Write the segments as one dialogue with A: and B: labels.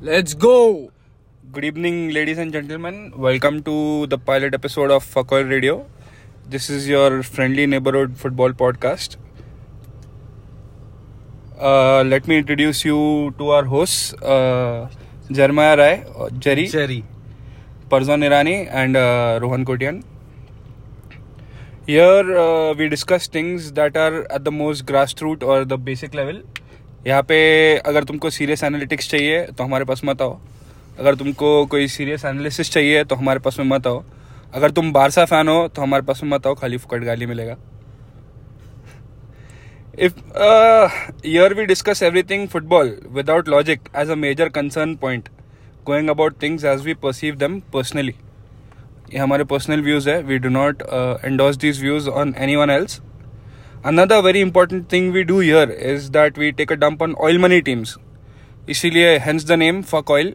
A: Let's go.
B: Good evening, ladies and gentlemen. Welcome to the pilot episode of Fuckol Radio. This is your friendly neighborhood football podcast. Uh, let me introduce you to our hosts, uh, Jeremiah Rai, uh, Jerry,
A: Jerry.
B: Parzan Irani, and uh, Rohan Kotian. Here uh, we discuss things that are at the most grassroots or the basic level. यहाँ पे अगर तुमको serious analytics चाहिए तो हमारे पास मत आओ अगर तुमको कोई सीरियस एनालिसिस चाहिए तो हमारे पास में मत आओ अगर तुम बारसा फैन हो तो हमारे पास में मत आओ खाली फुकट गाली मिलेगा If uh, here we discuss everything football without logic as a major concern point, going about things as we perceive them personally. ये हमारे personal views है. We do not uh, endorse these views on anyone else. Another very important thing we do here is that we take a dump on oil money teams. इसीलिए hence the name fuck oil.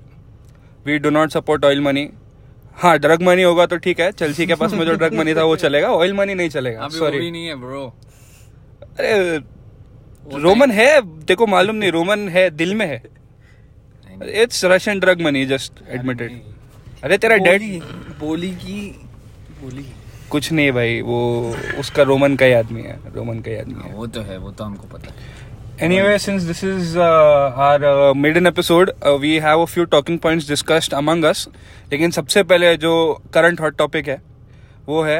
B: We do not support oil money. हाँ drug money होगा तो ठीक है Chelsea के पास में जो ड्रग मनी था वो चलेगा ऑयल मनी नहीं चलेगा
A: अभी वो
B: सॉरी
A: भी नहीं है ब्रो
B: अरे
A: वो
B: रोमन
A: time-
B: तो है देखो मालूम नहीं रोमन है दिल में है it's Russian drug money just admitted अरे तेरा डेड
A: बोली हाँ, की बोली
B: कुछ नहीं भाई वो उसका रोमन का ही आदमी है रोमन का ही आदमी है
A: वो तो है वो तो हमको पता है
B: Anyway, since this is uh, our uh, maiden episode, uh, we have a few talking points discussed among us. लेकिन सबसे पहले जो current hot topic है, वो है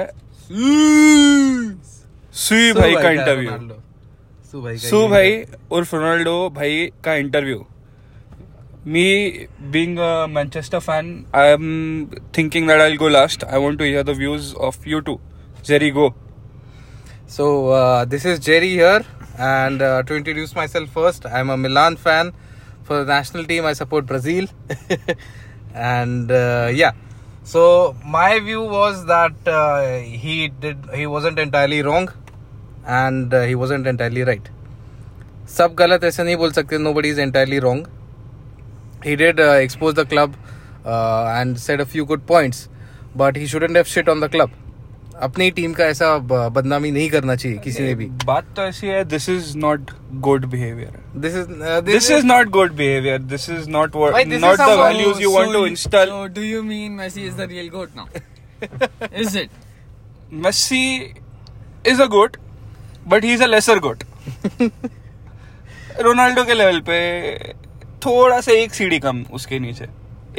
B: सुई भाई का इंटरव्यू
A: सु भाई का
B: सु भाई उर्फ रोनाल्डो भाई का interview Me being a Manchester fan, I'm thinking that I'll go last. I want to hear the views of you two. Jerry, go.
C: So uh, this is Jerry here, and uh, to introduce myself first, I'm a Milan fan. For the national team, I support Brazil, and uh, yeah. So my view was that uh, he did he wasn't entirely wrong, and uh, he wasn't entirely right. सब गलत ऐसे नहीं बोल सकते nobody is entirely wrong he did uh, expose the club uh, and said a few good points but he shouldn't have shit on the club अपनी team का ऐसा ब- बदनामी नहीं करना चाहिए किसी ने भी
B: बात तो ऐसी है this is not good behavior
C: this is
B: this is not good behavior this is not what
C: Wait, this
B: not
C: is
B: the
C: how-
B: values you want to install
A: So do you mean Messi is the real goat now? is it?
B: messi is a goat but he's a lesser goat Ronaldo के level पे थोड़ा सा एक सीढ़ी कम उसके नीचे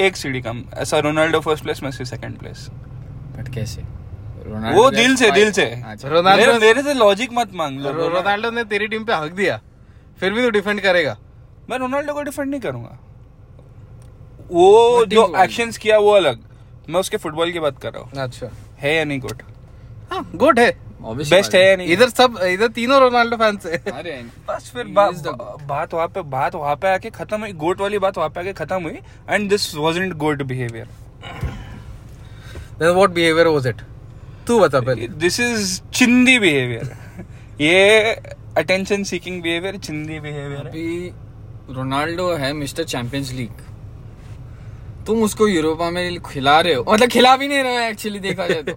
B: एक सीढ़ी कम ऐसा Ronaldo first place Messi second place
A: But कैसे?
B: वो दिल से दिल से
A: अच्छा
C: रोनाल्डो-
B: मेरे, मेरे से लॉजिक मत मांग लो रोनाल्डो
C: रोनाल्डो ने तेरी टीम पे हक दिया फिर भी तू डिफेंड करेगा
B: मैं रोनाल्डो को डिफेंड नहीं करूंगा वो जो एक्शंस किया वो अलग मैं उसके फुटबॉल की बात कर रहा हूँ
C: अच्छा
B: है या नहीं गोट
C: हाँ गुड है
A: Obviously
B: बेस्ट है या नहीं
C: इधर सब इधर तीनों रोनाल्डो फैंस है
A: अरे
B: बस फिर
A: He
B: बा,
A: is the
B: बा, बात वहाँ पे बात वहाँ पे आके खत्म हुई गोट वाली बात वहाँ पे आके खत्म हुई and this was int good behaviour
C: then what behaviour was it तू बता पहले
B: दिस इज चिंदी बिहेवियर ये अटेंशन सीकिंग बिहेवियर चिंदी बिहेवियर है
A: अभी रोनाल्डो है मिस्टर चैंपियंस लीग तुम उसको यूरोपा में खिला रहे हो मतलब खिला भी नहीं रहे हो एक्चुअली देखा जाए तो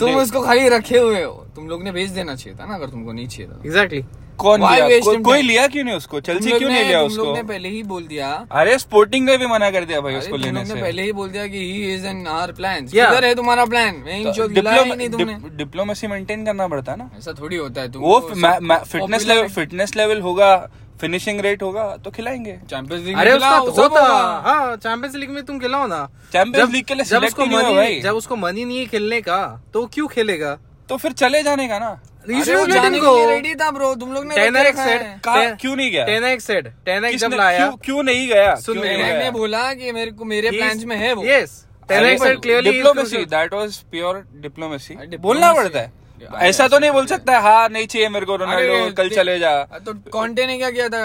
A: तुम
B: नहीं।
A: उसको खाली रखे हुए हो तुम लोग ने भेज देना चाहिए था ना अगर तुमको नहीं चाहिए था
C: एग्जैक्टली
B: कौन
A: Why
B: लिया
A: waste
B: को,
A: him
B: कोई
A: time?
B: लिया क्यों नहीं उसको
A: तुम
B: चेल्सी
A: लोग
B: क्यों नहीं
A: ने-
B: लिया
A: तुम लोग ने
B: उसको
A: पहले ही बोल दिया
B: अरे स्पोर्टिंग ने भी मना कर दिया भाई
A: अरे
B: उसको
A: तुम
B: लेने
A: लोग ने
B: से
A: पहले ही बोल दिया कि he is in our plan
C: Yeah.
A: किधर है तुम्हारा प्लान
B: तो
A: नहीं जो खिलाया ही नहीं तुमने
B: डिप्लोमेसी मेंटेन करना पड़ता है ना
A: ऐसा थोड़ी होता है तुम
B: वो फिटनेस लेवल फिटनेस लेवल होगा फिनिशिंग रेट होगा तो खिलाएंगे
A: चैंपियंस लीग
C: अरे उसका होता हाँ चैंपियंस लीग में तुम खिलाओ ना
B: Champions
C: जब-
B: League के लिए
C: जब
B: select
C: उसको
B: ही नहीं हुआ
C: मनी
B: भाई।
C: जब उसको मनी नहीं है खेलने का तो वो क्यों खेलेगा
B: तो फिर चले जाने का ना
C: You
A: अरे
C: should
A: वो
C: have let
A: जाने
C: him
A: के
C: go.
A: लिए ready था bro, तुम लोग ने रोक
C: Ten
A: के
C: X
A: रखा
C: said-
A: है।
B: कहा
C: Ten-
B: क्यों नहीं गया
C: 10x said 10x जब
B: किसने-
C: लाया
B: क्यों, क्यों नहीं गया
C: सुन
B: क्यों
C: ले,
B: नहीं
A: मैंने
B: गया?
A: बोला कि मेरे को मेरे प्लान्स में है वो
C: यस 10x
B: अरे,
C: said clearly is
B: diplomacy,
C: crucial.
B: that was pure diplomacy.
A: अरे,
B: बोलना
A: हाँ, diplomacy.
B: पड़ता है
A: अरे,
B: ऐसा तो
A: ऐसा
B: नहीं बोल
A: थोड़ी है।
B: सकता है, हाँ नहीं चाहिए मेरे को
A: अरे,
B: रोनाल्डो कल
A: दे-
B: चले जा
A: तो कॉन्टे ने क्या किया था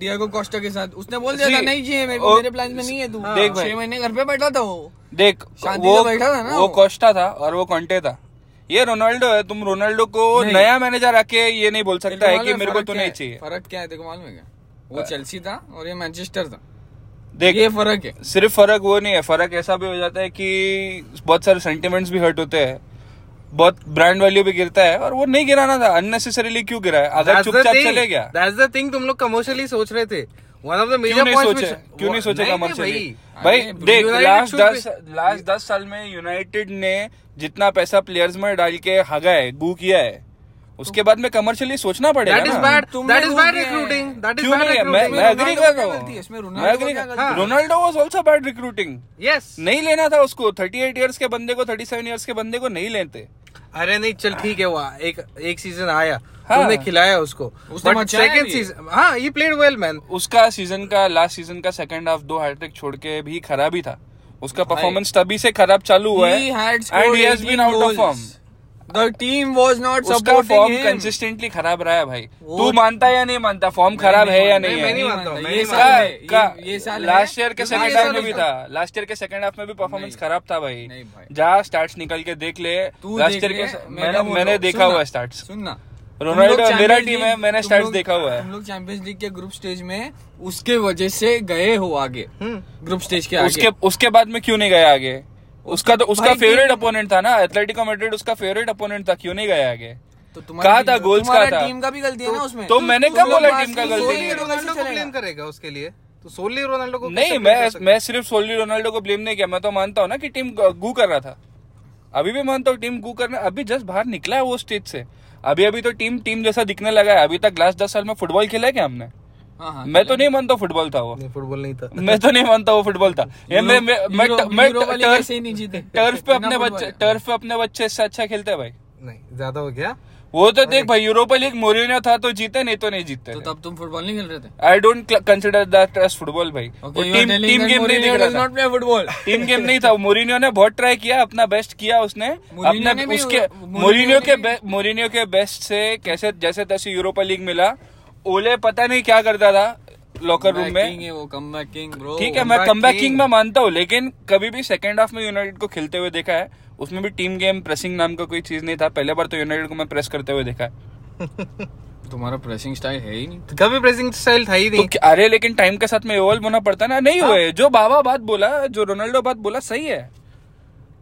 A: डियागो कोस्टा के साथ उसने बोल दिया
B: See,
A: था नहीं चाहिए मेरे को
B: ओ- हाँ।
A: मेरे प्लान्स में नहीं है तू
B: देख भाई।
A: छह महीने घर पे बैठा था वो
B: देख
A: शांति
B: वो
A: से बैठा था ना
B: वो
A: वो।
B: कोस्टा था और वो कॉन्टे था ये रोनाल्डो है तुम रोनाल्डो को
A: नहीं।
B: नया मैनेजर आके ये नहीं बोल सकता है
A: तेरे को
B: कि
A: मालूम
B: मेरे को
A: फर्क
B: तो
A: क्या
B: नहीं
A: है?
B: चाहिए
A: फर्क क्या है देखो मालूम है क्या वो चेल्सी था और ये मैनचेस्टर था ये
B: देख
A: फर्क है
B: सिर्फ फर्क वो नहीं है फर्क ऐसा भी हो जाता है कि बहुत सारे सेंटिमेंट्स भी हर्ट होते हैं बहुत ब्रांड वैल्यू भी गिरता है और वो नहीं गिराना था अननेसेसरीली क्यों गिरा है अगर
C: That's the
B: चुपचाप
C: thing.
B: चले गया
C: That's the thing तुम लोग कमर्शियली सोच रहे थे One of the
B: क्यों
C: major
B: नहीं
C: points
B: सोचा
C: which-
B: क्यों नहीं सोचा
C: नहीं, नहीं
B: कमर्शियली
C: भाई
B: भाई
A: अरे,
B: देख
C: United
B: लास्ट
C: should
B: दस
C: be-
B: लास्ट दस साल में यूनाइटेड ने जितना पैसा प्लेयर्स में डाल के हगा है गू किया है उसके बाद में कमर्शियली सोचना पड़ेगा
C: That is
B: ना।
C: bad.
A: तुमने
C: That is
A: वो
C: bad
A: किया है।
C: recruiting. That is
B: क्यों
C: bad
B: नहीं है? मैं
C: recruiting.
B: मैं अग्री
A: रोनाल्डो
B: कर
A: का
B: रहा
A: गलती है, इसमें
B: हूँ
A: रोनाल्डो
B: मैं
A: का
B: agree
A: क्या
B: कर-
A: गलती है?
B: Ronaldo was also bad recruiting
C: Yes.
B: नहीं लेना था उसको 38 इयर्स के बंदे को 37 इयर्स के बंदे को नहीं लेते
C: अरे नहीं चल ठीक है वो एक एक सीजन आया
B: हाँ। अच्छा
C: तुमने खिलाया उसको
A: उसने मचाया
C: सेकंड
A: भी।
C: सीजन हाँ ही प्लेड वेल मैन
B: उसका सीजन का लास्ट सीजन का सेकंड हाफ दो हैट्रिक छोड़ के भी खराब ही था उसका परफॉर्मेंस तभी से खराब चालू हुआ है
A: He had scored
B: and he has
A: 18
B: been out of form
A: goals. The team was not
B: उसका
A: supporting
B: फॉर्म
A: him.
B: कंसिस्टेंटली खराब रहा है भाई
A: वो-
B: तू मानता है या नहीं मानता फॉर्म
A: मैं
B: खराब
A: नहीं
B: है या
A: मानता,
B: नहीं
C: मैं
B: है
C: नहीं मानता, मैं
A: ये
C: नहीं
A: साल है,
B: का- का-
A: ये- ये साल है।
B: लास्ट ईयर के
A: ये
B: सेकंड
A: साल
B: हाफ में
A: है।
B: भी था लास्ट ईयर के सेकंड हाफ में भी परफॉर्मेंस
A: नहीं।
B: खराब था भाई
A: नहीं भाई।
B: जा स्टार्ट्स निकल के देख ले
A: तू
B: लास्ट
A: देख
B: ईयर
A: ले,
B: के
A: मैं क्या बोल
B: मैंने
A: रहा
B: मैंने
A: हूँ,
B: देखा
A: सुनना,
B: हुआ स्टार्ट्स
A: सुनना
B: रोनाल्डो
A: तुम लोग Champions
B: मेरा team
A: League-
B: है, मैंने
A: तुम
B: stats
A: लोग-
B: देखा हुआ है।
A: तुम लोग चैंपियंस लीग के ग्रुप स्टेज में उसके वजह से गए हो आगे
B: हम्म।
C: तो
A: ग्रुप स्टेज के आगे
B: तो उसके उसके बाद में क्यों नहीं गया आगे उसका तो उसका
A: भाई,
B: फेवरेट
A: team-
B: अपोनेंट था ना एथलेटिको मैड्रिड उसका फेवरेट अपोनेंट था क्यों नहीं गया आगे
A: तो तुम्हारी
B: कहा
A: team-
B: था, goals
A: तुम्हारा
B: का था।
A: टीम का भी गलती है ना उसमें
B: तो मैंने
A: तुम
B: कब
A: लोग
B: बोला
A: बात
B: team का
A: की,
B: गलती
A: सोनी
B: नहीं है?
C: रोनाल्डो
A: कैसे
C: को
A: चलेगा?
C: ब्लेम करेगा उसके लिए तो सोली रोनाल्डो को
B: नहीं
C: कैसे blame
B: मैं
C: कर सकते
B: मैं सिर्फ सोली रोनाल्डो को ब्लेम नहीं किया मैं तो मानता हूँ ना कि टीम गू कर रहा था अभी भी मानता हूँ टीम गू करना अभी जस्ट बाहर निकला है वो स्टेज से अभी अभी तो टीम टीम जैसा दिखने लगा है अभी तक लास्ट दस साल में फुटबॉल खेला है क्या हमने
A: हाँ, हाँ,
B: मैं तो नहीं मानता फुटबॉल था वो
C: नहीं फुटबॉल नहीं था
B: मैं तो नहीं मानता वो फुटबॉल था ये मैं मैं मैं
A: यूरो-
B: मैं
A: यूरो वाली
B: टर्फ-
A: वैसे ही नहीं जीते।
B: टर्फ पे
A: बिना
B: अपने
A: फुटबॉल
B: बच्चे
A: है।
B: टर्फ पे अपने बच्चे इससे अच्छा खेलते हैं भाई
C: नहीं ज्यादा हो गया
B: वो तो देख भाई यूरोपा लीग मोरिनो था तो जीते नहीं तो नहीं जीते
A: तो तब तुम फुटबॉल नहीं खेल रहे थे
B: I don't consider that as football भाई
A: Okay, you are
B: team
A: telling
B: team
A: that
B: game नहीं दिख
A: Mourinho does
B: रहा
A: not play football.
B: था टीम गेम नहीं था मोरिनियो ने बहुत ट्राई किया अपना बेस्ट किया उसने
A: Mourinho ने
B: अपने
A: भी-
B: उसके
A: Mourinho
B: मोरिनियो
A: ने
B: के
A: भी-
B: मोरिनियो के बेस्ट से कैसे जैसे तैसे यूरोपा लीग मिला ओले पता नहीं क्या करता था लॉकर रूम में
A: King है वो कम किंग ब्रो
B: ठीक है मैं
C: comeback
B: come back
C: king।
B: King में मानता हूँ लेकिन कभी भी सेकंड हाफ में यूनाइटेड को खेलते हुए देखा है उसमें भी टीम गेम प्रेसिंग नाम का कोई चीज नहीं था पहले बार तो यूनाइटेड को मैं प्रेस करते हुए देखा है
A: तुम्हारा प्रेसिंग स्टाइल है ही नहीं
C: तो कभी प्रेसिंग स्टाइल था ही
B: तो
C: नहीं
B: क्या- अरे लेकिन टाइम के साथ में इवॉल्व होना पड़ता है ना नहीं हुए जो बाबा बात बोला जो रोनाल्डो बात बोला सही है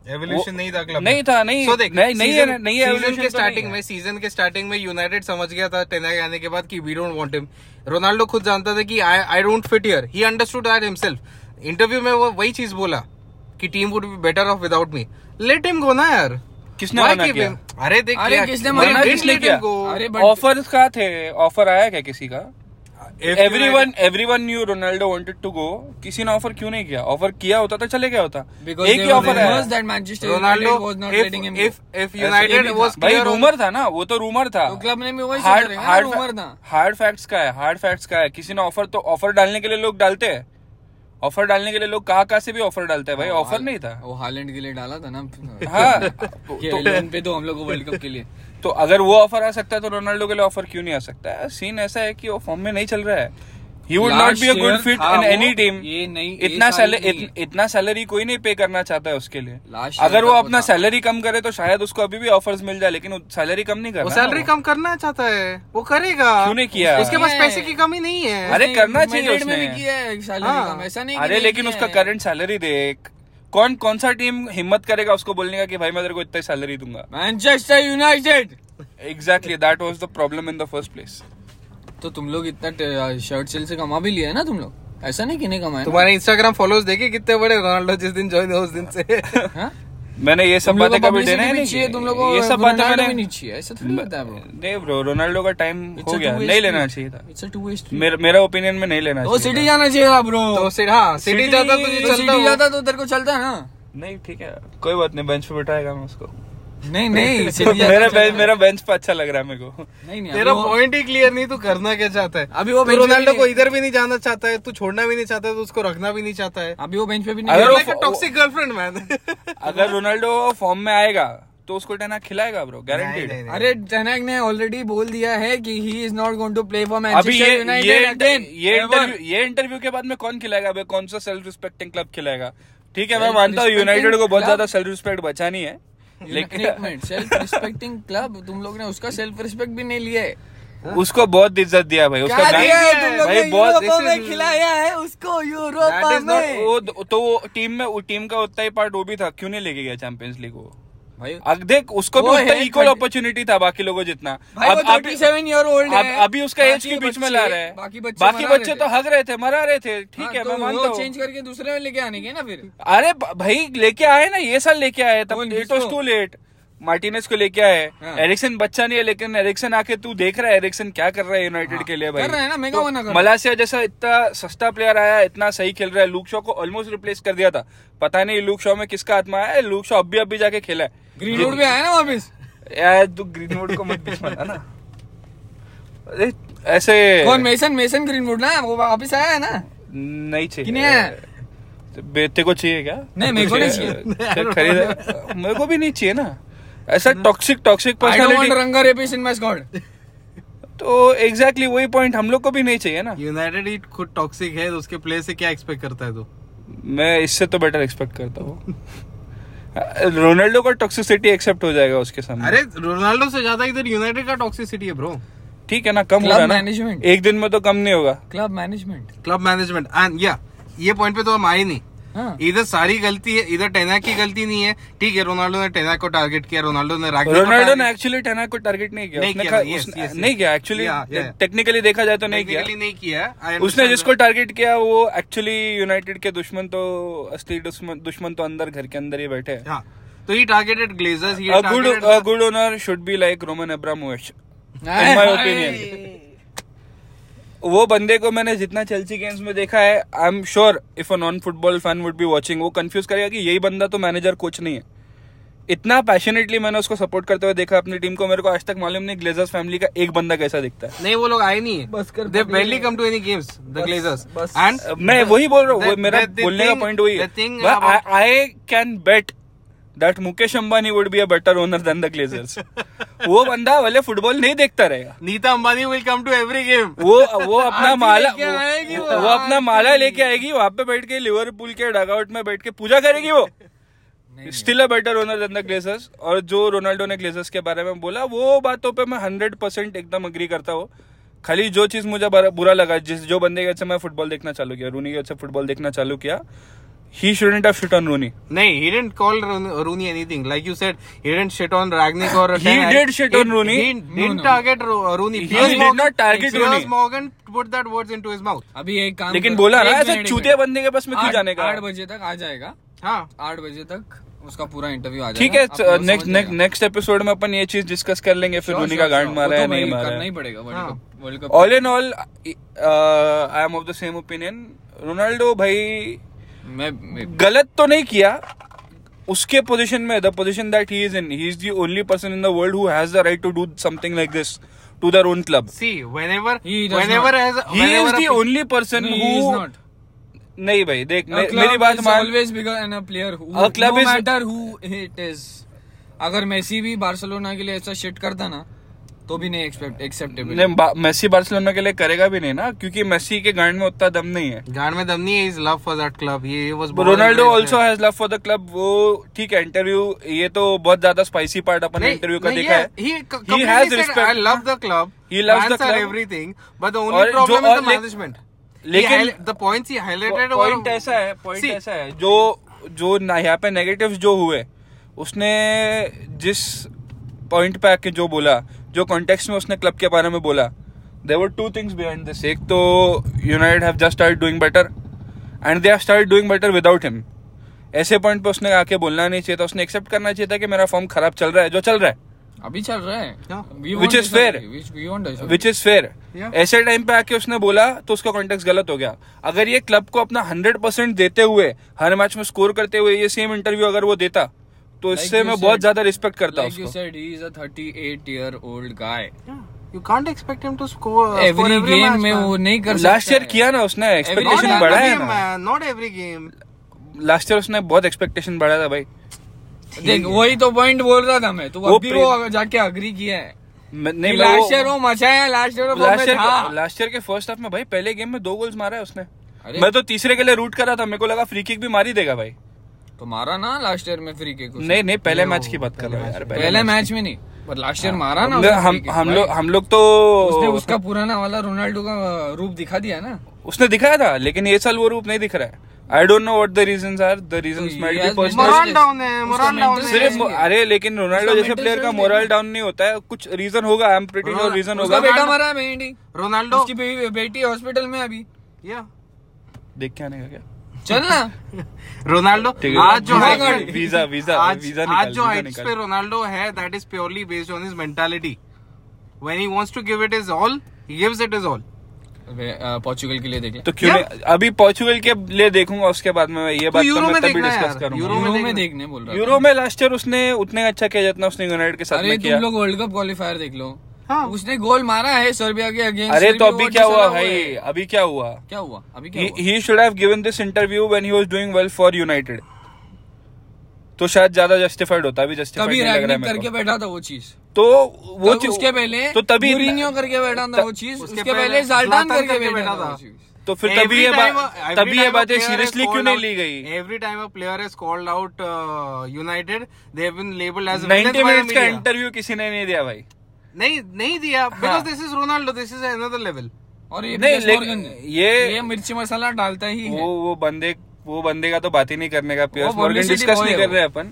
C: एवोल्यूशन
B: वो-
C: नहीं था क्लब
B: नहीं था, नहीं- नहीं- नहीं है ना, नहीं है, evolution तो
C: सीजन के
B: नहीं
C: स्टार्टिंग
B: है।
C: में सीजन के स्टार्टिंग में यूनाइटेड समझ गया था टेनग आने के बाद कि we don't want him Ronaldo खुद जानता था कि I I don't fit here he understood that himself interview में वो वही चीज बोला कि team would be better off without me let him go ना यार
B: किसने
C: Why
B: मना
C: keep
B: किया?
C: him? अरे देख
A: अरे
C: यार,
A: किसने
C: why
A: मना
C: did
A: किसने
C: let him
A: किया?
C: go?
A: अरे but-
B: ऑफर का थे ऑफर आया क्या किसी का
C: If
B: every one
C: United-
B: every one new Ronaldo wanted to go किसी ने ऑफर क्यों नहीं किया ऑफर किया होता तो चले गया होता
A: Because
B: एक
A: there
B: ही
A: was
B: ऑफर
A: rumors
B: है
A: that Manchester
C: Ronaldo
A: United was not letting him
C: if
A: go.
C: If if United was
B: भाई रूमर था ना वो तो रूमर था
A: तो club ने भी वही सोचा रहेगा ना, rumor था।
B: हार्ड फैक्ट्स का है हार्ड फैक्ट्स का है किसी ने ऑफर तो ऑफर डालने के लिए लोग डालते हैं ऑफर डालने के लिए लोग कहाँ कहाँ से भी ऑफर डालते हैं भाई ऑफर नहीं था
A: वो हालैंड के लिए डाला था ना
B: हाँ
A: कि
B: तो,
A: loan पे दो हम लोग को वर्ल्ड कप के लिए
B: तो अगर वो ऑफर आ सकता है तो रोनाल्डो के लिए ऑफर क्यों नहीं आ सकता है सीन ऐसा है कि वो फॉर्म में नहीं चल रहा है he would not
A: Last
B: be a
A: year
B: good fit
A: था
B: इन
A: वो,
B: एनी टीम
A: ये नहीं- ये
B: इतना
A: साल
B: salary-
A: नहीं
B: इत, इतना सैलरी कोई नहीं पे करना चाहता है उसके लिए
A: Last year
B: अगर
A: का
B: वो
A: वो
B: अपना
A: था।
B: सैलरी कम करे तो शायद उसको अभी भी ऑफर्स मिल जाए लेकिन सैलरी कम नहीं करना
C: वो
B: ना
C: सैलरी
B: वो।
C: कम करना चाहता है वो करेगा
B: क्यों नहीं किया?
C: उसके पास
A: नहीं।
C: पैसे की कमी नहीं है
B: अरे
A: उसने
B: करना चाहिए
A: Madrid में
B: उसने।
A: भी किया है salary
C: हाँ।
A: कम, ऐसा नहीं कि
B: अरे
A: नहीं
B: लेकिन
A: किया
B: उसका
A: है।
B: करंट सैलरी देख कौन कौन सा टीम हिम्मत करेगा उसको बोलने का कि भाई मैं तेरे को इतना सैलरी दूंगा
A: Manchester United
B: exactly that was the problem in the first place
A: तो तुम लोग इतना शर्ट सेल से कमा भी लिया है ना तुम लोग ऐसा नहीं कि नहीं कमाया ना?
C: तुम्हारे इंस्टाग्राम फॉलोअर्स देखे कितने बड़े रोनाल्डो जिस दिन ज्वाइन हुआ उस दिन से तो
A: हाँ?
B: मैंने ये सब
A: तुम लोगों
B: बातें
A: को
B: कभी
A: publicity
B: देना है
A: भी
B: नहीं
A: चाहिए, तुम लोगों
B: ये
A: को
B: सब बातें
A: Ronaldo भी
B: मैंने
A: नहीं चाहिए, ऐसा थोड़ी होता है, bro.
B: नहीं ब्रो रोनाल्डो का टाइम
A: It's
B: हो
A: a
B: गया
A: two-way
B: नहीं
A: street.
B: लेना चाहिए था
A: It's a two-way street.
B: मेरा मेरा ओपिनियन में नहीं लेना
A: तो
B: चाहिए
A: सिटी जाना चाहिए था, bro.
C: तो सिटी हाँ सिटी
B: City-
C: जाता तो ये
B: City
A: तो
C: चलता
A: सिटी
C: वो।
A: जाता तो तेरे को चलता ना
B: था। नहीं ठीक है कोई बात नहीं बेंच पे बिठाएगा मैं उसको
A: नहीं नहीं सिटी जाता
B: मेरा
A: तो
B: बेंच
A: चलता।
B: मेरा बेंच पे अच्छा लग रहा है मेरे को
A: नहीं नहीं
C: तेरा
A: अभी वो-
C: पॉइंट ही क्लियर नहीं तू करना क्या चाहता है
A: अभी वो
C: तू
A: bench पे
C: रोनाल्डो
A: भी
C: को
A: नहीं-
C: इधर भी नहीं जाना चाहता है तू छोड़ना भी नहीं चाहता है, तू उसको रखना भी नहीं चाहता है
A: अभी वो बेंच पे भी
B: अगर
A: नहीं
B: वो-
A: है।
B: वो-
C: टॉक्सिक गर्लफ्रेंड मैन
B: अगर रोनाल्डो फॉर्म में आएगा तो उसको टना खिलाएगा ब्रो गारंटीड
C: नहीं, नहीं।
A: अरे टनक ने ऑलरेडी बोल दिया है कि he is not going to play for
B: अभी ये
A: मैनचेस्टर
B: ये
A: यूनाइटेड अगेन
B: इंटर- ये इंटरव्यू ये इंटरव्यू के बाद में कौन खिलाएगा अबे कौन सा सेल्फ रिस्पेक्टिंग क्लब खिलाएगा ठीक है मैं मानता हूँ
A: Self-respecting
B: यूनाइटेड को बहुत
A: club?
B: ज्यादा सेल्फ रिस्पेक्ट बचानी है लेकिन
A: सेल्फ रिस्पेक्टिंग क्लब तुम लोग ने उसका सेल्फ रिस्पेक्ट भी नहीं लिया है
B: उसको बहुत इज्जत दिया भाई उसका
A: क्या
B: गान-
A: दिया है तुम लोग
B: भाई
A: ने
B: बहुत
A: यूरोपा में
C: is-
A: खिलाया है उसको यूरोपा
C: That is not-
A: में
B: वो तो वो टीम में वो टीम का उतना ही पार्ट वो भी था क्यों नहीं लेके गया चैंपियंस लीग वो
A: भाई
B: अब देख उसको भी
A: वो
B: उतना
A: है,
B: इक्वल
A: थर्टी-
B: अपॉर्चुनिटी था बाकी लोगों जितना
A: भाई वो
B: अब-
A: 37 year old
B: अब-
A: है।
B: अभी उसका एज
A: बाकी
B: के बीच में
A: बच्चे-
B: ला रहे हैं
A: बाकी बच्चे
B: बाकी
A: मना रहे
B: बच्चे
A: थे।
B: तो हग रहे थे मरा रहे थे ठीक है
A: हाँ,
B: मैं
A: तो
B: मानता
A: वो
B: हूँ
A: चेंज करके दूसरे में लेके आने के ना फिर
B: अरे ब- भाई लेके आए ना ये साल लेके आए तब
A: वो
B: इट
A: इसको-
B: वाज टू लेट मार्टिनेस को लेके आए
A: हाँ।
B: एरिक्सन बच्चा नहीं है लेकिन एरिक्सन आके तू देख रहा है एरिक्सन क्या कर रहा है यूनाइटेड
A: हाँ,
B: के लिए
A: कर
B: भाई
A: रहा है ना, मेगा
B: तो
A: वरना कर रहा है।
B: मलासिया जैसा इतना सस्ता प्लेयर आया इतना सही खेल रहा है लूक शॉ को ऑलमोस्ट रिप्लेस कर दिया था पता नहीं लूक शॉ में किसका आत्मा आया है, लूक शॉ अभी अभी जाके खेला है
A: ग्रीन रोड पे आया ना वापस
B: यार तू ग्रीनवुड को मत बीच में ला ना अरे ऐसे
A: कौन मेसन मेसन ग्रीनवुड ना वो वापस आया है ना
B: नहीं
A: कि
B: चाहिए
A: नहीं आया?
B: बे- तेरे को चाहिए क्या
A: नहीं, मेरे को नहीं
B: चाहिए खरीद मेरे को भी नहीं चाहिए ना ऐसा toxic toxic
A: I don't want
B: personality
A: Ranga Rapace in my squad.
B: तो एग्जैक्टली वही पॉइंट हम लोग को भी नहीं चाहिए ना
C: यूनाइटेड ही खुद टॉक्सिक है तो उसके प्ले से क्या एक्सपेक्ट करता है तू
B: मैं इससे तो बेटर एक्सपेक्ट करता हूँ रोनाल्डो का टॉक्सिसिटी एक्सेप्ट हो जाएगा उसके सामने
C: अरे रोनाल्डो से ज्यादा इधर यूनाइटेड का टॉक्सिसिटी है ब्रो
B: ठीक है ना कम हो
A: Club
B: रहा है ना
A: management.
B: एक दिन में तो कम नहीं होगा
A: Club management.
C: Club management and या ये पॉइंट पे तो हम आए नहीं
A: हाँ.
C: इधर सारी गलती है इधर टेनाक की गलती नहीं है ठीक है रोनाल्डो ने टेनाक को टारगेट किया रोनाल्डो ने राकिटिच
A: तो
C: को
B: रोनाल्डो ने
C: target-
B: एक्चुअली टेना को टारगेट नहीं किया
C: नहीं
B: उसने
C: किया,
B: कहा-
C: yes,
B: उसने-
C: yes, yes.
B: नहीं किया एक्चुअली
C: Yeah, yeah.
B: टेक्निकली देखा जाए तो नहीं किया
C: Technically नहीं किया I
B: उसने
C: understand
B: जिसको
C: that.
B: टारगेट किया वो एक्चुअली यूनाइटेड के दुश्मन तो असली दुश्मन दुश्मन तो अंदर घर के अंदर ही बैठे हैं
C: हाँ तो he targeted Glazers he
B: a good a good owner should be like roman abramovich in
A: हाँ।
B: my opinion वो बंदे को मैंने जितना चेल्सी गेम्स में देखा है I am sure if a non football fan would be watching वो कंफ्यूज करेगा कि यही बंदा तो मैनेजर कोच नहीं है इतना पैशनेटली मैंने उसको सपोर्ट करते हुए देखा अपनी टीम को मेरे को आज तक मालूम नहीं ग्लेजर्स फैमिली का एक बंदा कैसा दिखता है
C: नहीं वो लोग आए नहीं
A: बस कर
C: दे
A: पकड़े।
C: Barely come to any games the
A: बस-
C: ग्लेजर्स
A: बस।
C: एंड
B: Uh, मैं वही बोल रहा हूँ वो
C: The-
B: मेरा
C: the- the
B: बोलने का
C: thing-
B: पॉइंट वही
C: the thing
B: है
C: about-
B: I can bet that Mukesh Ambani would be a better owner than the Glazers वो बंदा भले फुटबॉल नहीं देखता रहेगा
C: Nita Ambani will come to every game
B: वो वो
A: आरती
B: अपना माला
A: लेके आएगी
B: वो,
A: वो,
B: वो अपना
A: आरती।
B: माला लेके आएगी वहां पे बैठ के लिवरपूल के डगआउट में बैठ के पूजा करेगी वो still a better owner than the Glazers और जो रोनाल्डो ने ग्लेजर्स के बारे में बोला वो बातों पे मैं हंड्रेड परसेंट एकदम अग्री करता हूँ खाली जो चीज मुझे बरा- बुरा लगा जिस जो बंदे के वजह से मैं फुटबॉल देखना चालू किया रूनी के वजह से फुटबॉल देखना चालू किया he shouldn't have shit on Rooney
C: नहीं he didn't call Rooney, Rooney anything. Like you said, he didn't shit on Ragnick or
B: He did shit on Rooney.
C: He didn't target Ro- uh, Rooney.
B: He
C: Piers
B: did
C: Morgan-
B: not target
C: Piers
B: Rooney.
C: Morgan put that words into his mouth.
A: अभी एक काम
B: लेकिन
A: करो।
B: बोला ना,
A: एक
B: ऐसा
A: minute, एक
B: चूतिया
A: मिनट।
B: बंदे के पास में क्यों
A: आठ-
B: जाने का?
A: आठ बजे तक आ जाएगा
C: हाँ
A: आठ बजे तक उसका पूरा इंटरव्यू आ
B: ठीक
A: जाएगा
B: है
A: आप लोग
B: नेक्स्ट
A: समझ जाएगा।
B: नेक्स्ट एपिसोड में अपन ये चीज डिस्कस कर लेंगे फिर
A: Sure,
B: रूनी
A: sure,
B: का गांड
A: sure.
B: मारा
A: वो
B: है
A: तो
B: नहीं
A: भाई
B: मारा
A: करना
B: है
A: ही पड़ेगा वर्ल्ड
C: हाँ।
A: Cup world cup
B: all in all I am of the same opinion Ronaldo भाई
A: मैं मैं-
B: गलत तो नहीं किया उसके पोजीशन में the position that he is in he is the only person in the world who has the right to do something like this to their own club
C: See, whenever,
A: He does
C: whenever
A: not.
C: has,
B: he is
C: whenever
B: the
C: a-
B: only person
A: No, he is
B: who
A: not.
B: नहीं भाई देख
A: A
B: मे-
A: club
B: मेरी बात
A: is
B: मान
A: always bigger than a player who
B: A club
A: no
B: is-
A: matter who it is अगर Messi भी Barcelona के लिए ऐसा शिट करता ना तो भी नहीं एक्सेप्ट एक्सेप्टेबल
B: नहीं, बा- मेसी बार्सिलोना के लिए करेगा भी नहीं ना क्योंकि मेसी के गांड में उतना दम नहीं है
C: गांड में दम नहीं है, his love for that club. He, he was born
B: Ronaldo
C: and raised
B: also
C: there.
B: Has love for the club वो ठीक है इंटरव्यू ये तो बहुत ज्यादा स्पाइसी पार्ट अपन
C: नहीं,
B: इंटरव्यू का
C: नहीं,
B: देखा
C: yeah,
B: है
C: he
B: he
C: co- completely
B: has
C: said, I
B: respect
C: love the club.
B: He loves the
C: Fans are
B: club.
C: everything, but the
B: और
C: only
B: जो-
C: problem is
B: और
C: the
B: ले-
C: management. He
B: लेकिन
C: highli- the points he highlighted were-
B: point ऐसा है point
C: See,
B: ऐसा है जो जो ना यहाँ पे नेगेटिव्स जो हुए उसने जिस पॉइंट पे आके जो बोला जो कॉन्टेक्स्ट में उसने क्लब के बारे में बोला there were two things behind this एक तो United have just start doing better and they have start doing better without him ऐसे पॉइंट पे उसने आके बोलना नहीं चाहिए था उसने एक्सेप्ट करना चाहिए था कि मेरा फॉर्म खराब चल रहा है जो चल रहा है
A: अभी चल रहा है
C: Yeah.
A: We won't
B: Which is fair.
A: disagree. Which we won't disagree.
B: Which is fair
C: Yeah.
B: ऐसे टाइम पे आके उसने बोला तो उसका कॉन्टेक्ट गलत हो गया अगर ये क्लब को अपना हंड्रेड परसेंट देते हुए हर मैच में स्कोर करते हुए ये सेम इंटरव्यू अगर वो देता तो
A: Like
B: इससे
A: you
B: मैं
A: said-
B: बहुत ज्यादा रिस्पेक्ट करता
A: like you
B: उसको
A: said, he is a 38 year old guy.
C: Yeah, you can't expect him to score uh, score
A: Every
C: every
A: game
C: match,
A: में
C: man.
A: वो नहीं कर
B: लास्ट
A: सकता
B: ईयर
A: है।
B: किया ना उसने
C: Not
B: एक्सपेक्टेशन
A: Competition
C: every
B: बढ़ाया
C: game,
B: ना
C: man. Not every game.
B: Last year उसने बहुत एक्सपेक्टेशन बढ़ाया था भाई
A: देख वही तो पॉइंट बोल रहा था मैं तो
B: वो
A: अभी
B: प्रेम-
A: वो जाके अग्री किया है
B: मैं-
A: नहीं
B: नहीं मैं
A: लास्ट
B: वो-
A: ईयर वो मचाया last year
B: last year last year के फर्स्ट हाफ में भाई पहले गेम में दो गोल्स मारा है उसने
A: अरे।
B: मैं तो तीसरे के लिए रूट कर रहा था मेरे को लगा फ्री किक भी मारी देगा भाई
A: तो मारा ना लास्ट ईयर में फ्री के
B: नहीं नहीं पहले
C: नहीं,
B: मैच
C: वो
B: की बात कर
C: पहले
B: रहा हूँ यार
A: पहले
B: match की।
A: मैच में नहीं पर लास्ट ईयर मारा ना
B: हम
A: उसने
B: हम
A: free kick,
B: हम
A: भाई।
B: लोग हम लोग तो
A: उसने उसका पुराना वाला रोनाल्डो का रूप दिखा दिया ना
B: उसने दिखाया था लेकिन ये साल वो रूप नहीं दिख रहा है I don't know what the reason are the reason
A: तो
B: might
A: he
B: be
A: has been
B: personal
A: moralistic.
C: down है,
A: उसका
C: moral down
A: mental
C: है।
B: सिर्फ
A: health नहीं है।
B: अरे लेकिन रोनाल्डो
A: उसका
B: जैसे
A: mental
B: प्लेयर का
A: health
B: मोरल
A: नहीं
B: डाउन नहीं होता है कुछ रीजन होगा आई एम प्रिटी
C: रोना-
B: रीजन
A: उसका
B: होगा
A: बेटा मरा है मेंढी
C: रोनाल्डो
A: उसकी बे- बेटी हॉस्पिटल में है अभी
C: या
B: देख के आने का क्या
A: चल ना
C: रोनाल्डो
B: ठीक है।
C: आज जो
A: वीजा
C: है
A: निकाल,
B: वीजा, वीजा,
C: आज,
B: वीजा निकाल,
C: आज जो
B: वीजा
C: हाइट्स
B: निकाल।
C: पे रोनाल्डो है that is purely based on his mentality when he wants to give it is all he gives it is all
A: अबे, अ, पोर्चुगल के लिए देख ले
B: तो क्यों
C: Yeah.
B: नहीं अभी पोर्चुगल के लिए देखूंगा उसके बाद में मैं ये
C: तो
B: बात
C: यूरो
B: तो मैं
C: में
B: तभी
C: देखना
B: डिस्कस
C: यार,
B: करूंगा
C: यूरो
A: यूरो
C: में
A: में
C: देखना।
A: देखने बोल रहा
B: यूरो में लास्ट ईयर उसने उतने अच्छा किया जितना उसने यूनाइटेड के
A: था।
B: साथ
A: अरे
B: में
A: तुम
B: किया
A: लोग वर्ल्ड कप क्वालिफायर देख लो
C: हाँ।
A: उसने गोल मारा है सर्बिया के अगेंस्ट
B: अरे तो अभी
A: अच्छा
B: क्या हुआ भाई अभी क्या हुआ
A: क्या हुआ अभी क्या हुआ
B: he should have given this interview when he was doing well for United तो शायद ज्यादा जस्टिफाइड होता अभी जस्टिफाइड
A: तभी
B: नहीं लग रहा है
A: रैगनिक
B: मेरे
A: करके
B: को।
A: बैठा था वो चीज
B: तो वो
A: वो
B: चीज-
A: उसके पहले
B: तो तभी
A: मूरिन्हो करके बैठा था वो चीज
C: उसके
A: उसके
C: पहले
A: पहले जाल्टान
C: zlatan
A: करके बैठा था वो चीज।
B: तो फिर तभी ये बात तभी ये बातें सीरियसली क्यों नहीं ली गई
C: every time a player is called out uh, United they have been labelled as
B: 90 minutes का इंटरव्यू किसी ने नहीं दिया भाई
C: नहीं नहीं दिया because this is Ronaldo this is another level
A: और ये
B: नहीं,
A: PS
B: लेकिन
A: Morgan,
B: ये-
A: ये मिर्ची मसाला डालता ही
B: वो
A: है
B: वो बंदे वो बंदे का तो बात ही नहीं करने का पियर्स
A: वो
B: मॉर्गन
A: publicity
B: डिस्कस
A: boy
B: नहीं
A: है
B: कर
A: वो।
B: रहे अपन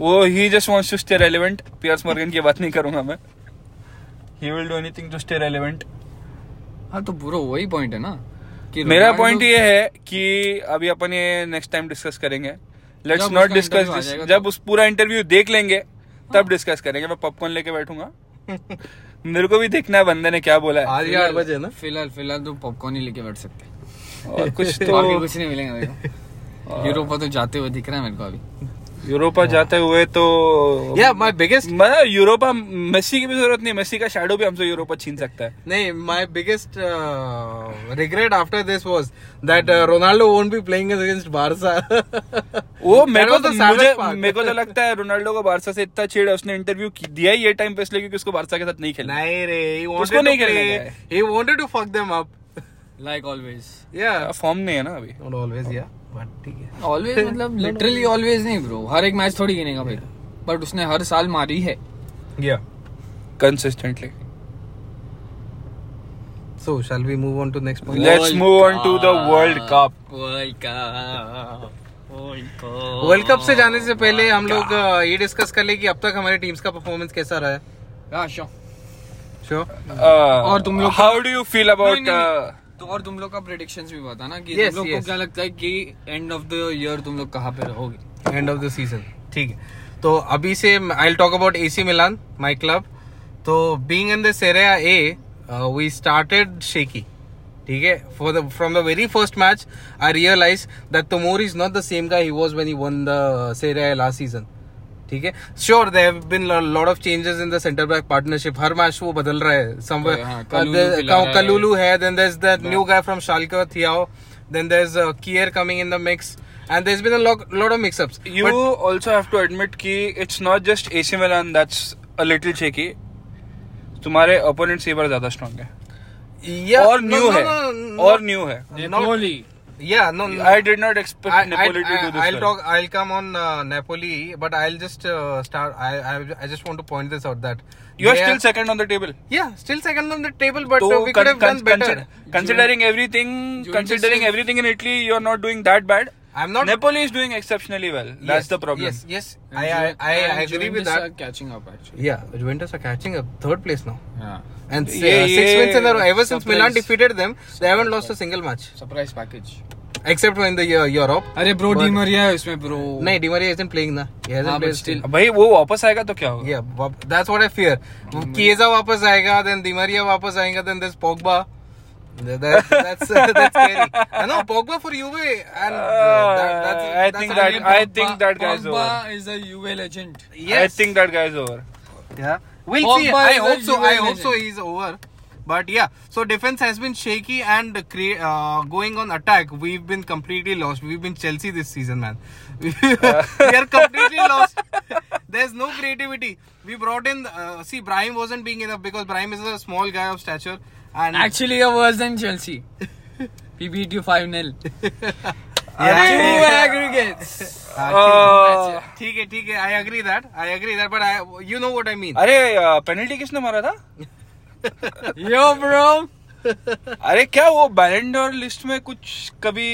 B: वो he just wants to stay relevant Piers Morgan की बात नहीं करूंगा मैं he will do anything to stay relevant
A: हाँ तो पूरा वही पॉइंट है ना कि
B: मेरा
A: रोनाल्डो-
B: पॉइंट ये है कि अभी अपन ये नेक्स्ट टाइम डिस्कस करेंगे लेट्स
A: जब
B: नॉट
A: उसका
B: डिस्कस
A: interview आ जाएगा हाँ।
B: जब
A: तब।
B: उस पूरा इंटरव्यू देख लेंगे तब डिस्कस करेंगे मैं पॉपकॉर्न लेके बैठूंगा मेरे को भी देखना है बंदे ने क्या बोला है
C: आज
A: फिलहाल-
C: आठ बजे ना
A: फिलहाल फिलहाल तो पॉपकॉर्न ही लेके बैठ सकते हैं।
B: और कुछ
A: बाकी
B: तो
A: कुछ नहीं मिलेगा देखो यूरोप पर तो जाते हुए दिख रहा है मेरे को अभी
B: यूरोपा
A: हाँ।
B: जाते हुए तो
C: या माय बिगेस्ट
B: मतलब यूरोपा मेसी की भी जरूरत नहीं मेसी का शैडो भी हमसे यूरोपा छीन सकता है
C: नहीं uh, my biggest regret after this was that Ronaldo won't be playing against Barca
B: वो मेरे को तो मुझे मेरे को तो लगता है रोनाल्डो को बारसा से इतना छेड़ है, उसने इंटरव्यू दिया ही ये टाइम पे इसलिए क्योंकि उसको बारसा के साथ नहीं खेलना है।
C: नहीं रे ही
B: उसको
C: वांटेड
B: नहीं
C: टू
B: खेलने
C: प्ले
B: का है।
C: He wanted to fuck them up
A: like always
C: या
B: फॉर्म नहीं है ना अभी
C: नॉट ऑलवेज या बट ठीक है
A: ऑलवेज मतलब लिटरली ऑलवेज नहीं ब्रो हर एक मैच थोड़ी गिनेगा भाई बट उसने हर साल मारी है
C: या
B: consistently
C: so shall we move on to next point
B: Let's move on to the World Cup.
A: World cup world cup
C: world cup से जाने से पहले
B: Oh
C: हम लोग uh, ये डिस्कस कर ले कि अब तक हमारे टीम्स का परफॉर्मेंस कैसा रहा है
A: हाँ, sure.
C: श्योर
B: और
A: तुम लोग-
B: हाउ डू यू फील
A: नहीं, नहीं,
B: अबाउट
A: नहीं। तो और तुम लोग का प्रेडिक्शंस भी बताना कि
C: Yes,
A: तुम लोग
C: yes.
A: को क्या लगता है कि एंड ऑफ द ईयर तुम लोग कहाँ पे रहोगे
C: एंड ऑफ द सीजन ठीक है तो अभी से I talk about AC Milan my club तो being in the Serie A we started shaky ठीक है for the from the very first match I realise that Tomori is not the same guy he was when he won the Serie last season ठीक है sure they have been lot of changes in the centre back partnership हर match वो बदल रहा है somewhere
A: हाँ, कलुलू खिला रहा है।
C: कलुलू Lulu here, then there's that new guy from Schalke, Thiao, then there's uh, Kier coming in the mix, and there's been a lot, lot of mix-ups.
B: You
C: But-
B: also have to admit कि it's not just AC Milan that's a little shaky तुम्हारे opponents ये बार ज्यादा strong है
C: yeah,
B: और
C: no,
B: new
C: no,
B: है
C: no, no,
B: और
C: no.
B: New है
A: Napoli
C: Yeah, no, no.
B: I did not
C: I,
B: expect
C: I,
B: Napoli to do
C: I, I'll
B: this
C: talk. I'll come on uh, Napoli, but I'll just uh, start. I, I I just want to point this out that
B: you are
C: they
B: still second on the table
C: yeah still second on the table, but uh,
B: तो
C: we could have done better.
B: Considering everything
A: Juventus
B: considering
A: is-
B: everything in Italy you are not doing that bad
C: I'm not.
B: Napoli is doing exceptionally well that's the problem
C: Yes, yes. I I, I agree with that.
A: Catching up actually
C: Yeah, Juventus are catching up third place now.
A: हां
C: And s-
B: Yeah,
C: uh, six
B: yeah.
C: wins in a row. Ever since Milan
A: Surprise.
C: defeated them, they haven't lost a single match.
A: Surprise package
C: Except when the uh, Europe.
A: अरे bro Di Maria है उसमें bro
B: Oh.
C: No, Di Maria isn't playing na. He hasn't
B: Ah,
A: हाँ, but
C: played
A: still.
B: भाई वो वापस आएगा तो क्या होगा
C: Yeah, wap- that's what I fear. Chiesa वापस आएगा, then Di Maria वापस आएगा, then there's Pogba. That, that- that's that's scary. I know Pogba for Juve, and uh, that, that's,
B: I
C: that's
B: think
C: a
B: that-
C: real
B: I
C: problem.
B: think that guy is
A: Pogba is a UA legend.
B: I
C: yes,
B: think that guys over
C: yeah. We'll see.
A: Pogba
C: I
A: is a
C: hope so.
A: Juve
C: I hope so.
A: legend.
C: He's over. But yeah, so defense has been shaky and crea- uh, going on attack. We've been completely lost. We've been Chelsea this season, man. we are completely lost. There's no creativity. We brought in. Uh, see, Brahim wasn't being enough because Brahim is a small guy of stature. And
A: Actually, you're worse than Chelsea. We beat you 5 0. Two
C: yeah,
A: aggregates. Oh.
B: Uh,
C: ठीक है ठीक है. I agree that. I agree that. But I, you know what I mean.
B: अरे penalty किसने मारा था
A: Yo, bro.
B: अरे क्या वो बैलेंडोर लिस्ट में कुछ कभी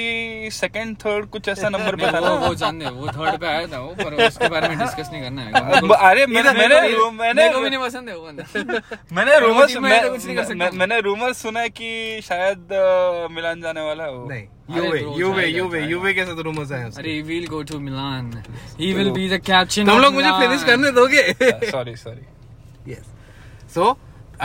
B: सेकंड थर्ड कुछ ऐसा नंबर पे था
A: वो
B: ना?
A: वो जान दे वो थर्ड पे आया था वो पर उसके बारे में डिस्कस नहीं करना है
B: अब अरे मैंने मैंने मैंने
A: मेरे को भी नहीं पसंद है वो बंदा
B: मैंने
A: मेरे को
B: रूमर
A: team में तो कुछ नहीं कर सकता।
B: मैं, मैंने रूमर सुना है कि शायद अ, मिलान जाने वाला है वो
C: नहीं
A: अरे
C: यूवे
A: bro,
C: यूवे
A: जाएगा,
C: यूवे
A: जाएगा।
C: यूवे के साथ रूमर्स आए हैं उसके।
A: अरे he will go to Milan he will be the captain
C: तुम लोग मुझे फिनिश करने दोगे
B: sorry sorry
C: yes so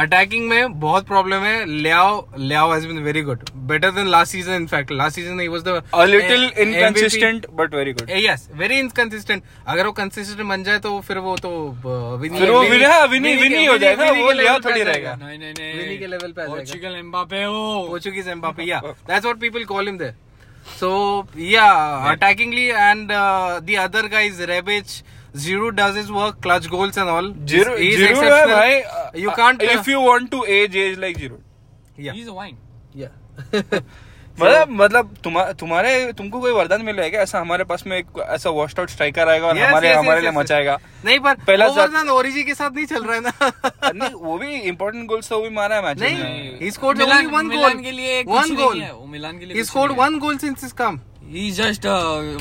C: attacking में बहुत प्रॉब्लम है Leao Leao has been very good better than last season in fact last season he was the
B: a little inconsistent but very good
C: yes very inconsistent अगर वो consistent बन जाए तो फिर वो तो uh, विनी-
B: फिर वो
C: विनी-
B: विनी- हाँ, विनी-
C: विनी के-
B: विनी हो
C: विनी-
B: जाएगा,
C: विनी
B: वो
C: के level
B: लियाओ
C: पे
B: थोड़ी
C: आ
B: रहेगा।
C: जाएगा।
A: नहीं नहीं नहीं
C: विनी के लेवल पे आ जाएगा
A: पोर्चुगल एम्बापे हो
C: Portuguese Mbappe, yeah. That's what people call him there. So yeah, attackingly and uh, the other guy is Rebic. Giroud does his work, clutch goals and all.
B: Giroud
C: He's
B: Giroud है
C: exceptional.
B: भाई
C: you can't. uh,
B: if you want to age age like Giroud
C: Yeah.
A: He is a wine
C: Yeah.
B: मतलब मतलब तुम्हा- तुम्हारे तुमको कोई वरदान मिला है क्या ऐसा हमारे पास में एक ऐसा वॉश्ड आउट स्ट्राइकर आएगा और
C: Yes,
B: हमारे
C: yes,
B: हमारे
C: yes,
B: लिए
C: yes, yes.
B: मचाएगा
C: नहीं पर
B: पहला
C: वो
B: जा-
C: वरदान ओरिजी के साथ नहीं चल रहा है ना
B: नहीं वो भी इम्पोर्टेंट गोल्स तो वो भी मारा है मैच में
C: नहीं he scored
A: Milan-
C: only one
A: Milan
C: goal.
A: के लिए कुछ
C: one
A: नहीं
C: goal.
A: है, वो मिलान के लिए
C: he
A: कुछ
C: scored
A: नहीं है।
C: one goal since he's come.
A: He just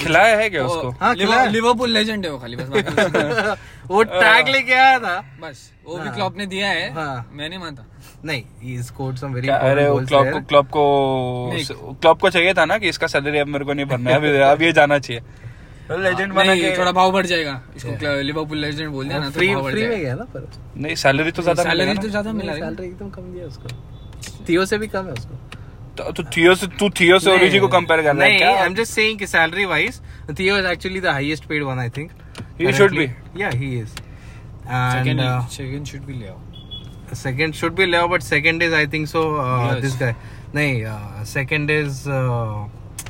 B: खिलाया है क्या उसको
C: हाँ, खिलाया।
A: लिवरपूल लेजेंड है वो खाली बस बाकी कुछ नहीं।
C: वो टैग लेके आया था
A: बस वो भी क्लॉप ने दिया है
C: हाँ।
A: मैं नहीं मानता
C: नहीं he scored some very
B: क्या- अरे
C: important
B: वो
C: goals
B: क्लब को
C: there.
B: क्लब को क्लब को चाहिए था ना कि इसका सैलरी अब मेरे को नहीं भरना है अभी अब ये जाना चाहिए लेजेंड बना
A: नहीं
B: के
A: थोड़ा भाव बढ़ जाएगा इसको लिवरपूल लेजेंड बोल दिया ना तो
C: हाँ, Free-
A: भाव बढ़
C: free में
A: जाएगा
C: गया ना पर उसको।
B: नहीं सैलरी तो ज्यादा मिलेगा
A: सैलरी
B: ना।
A: तो ज्यादा मिला है
C: सैलरी एकदम कम दिया उसको थियो से भी कम है उसको
B: तो- तो थियो से तू थियो से ओरिजी को कंपेयर कर रहा है
C: नहीं
B: क्या
C: आई एम जस्ट सेइंग कि salary wise Theo is actually the highest paid one I think
B: He should be.
C: Yeah he is
A: second
C: and
A: second should be Leao
C: second should be Leao but second is I think so
A: Yes.
C: This guy नहीं second is uh,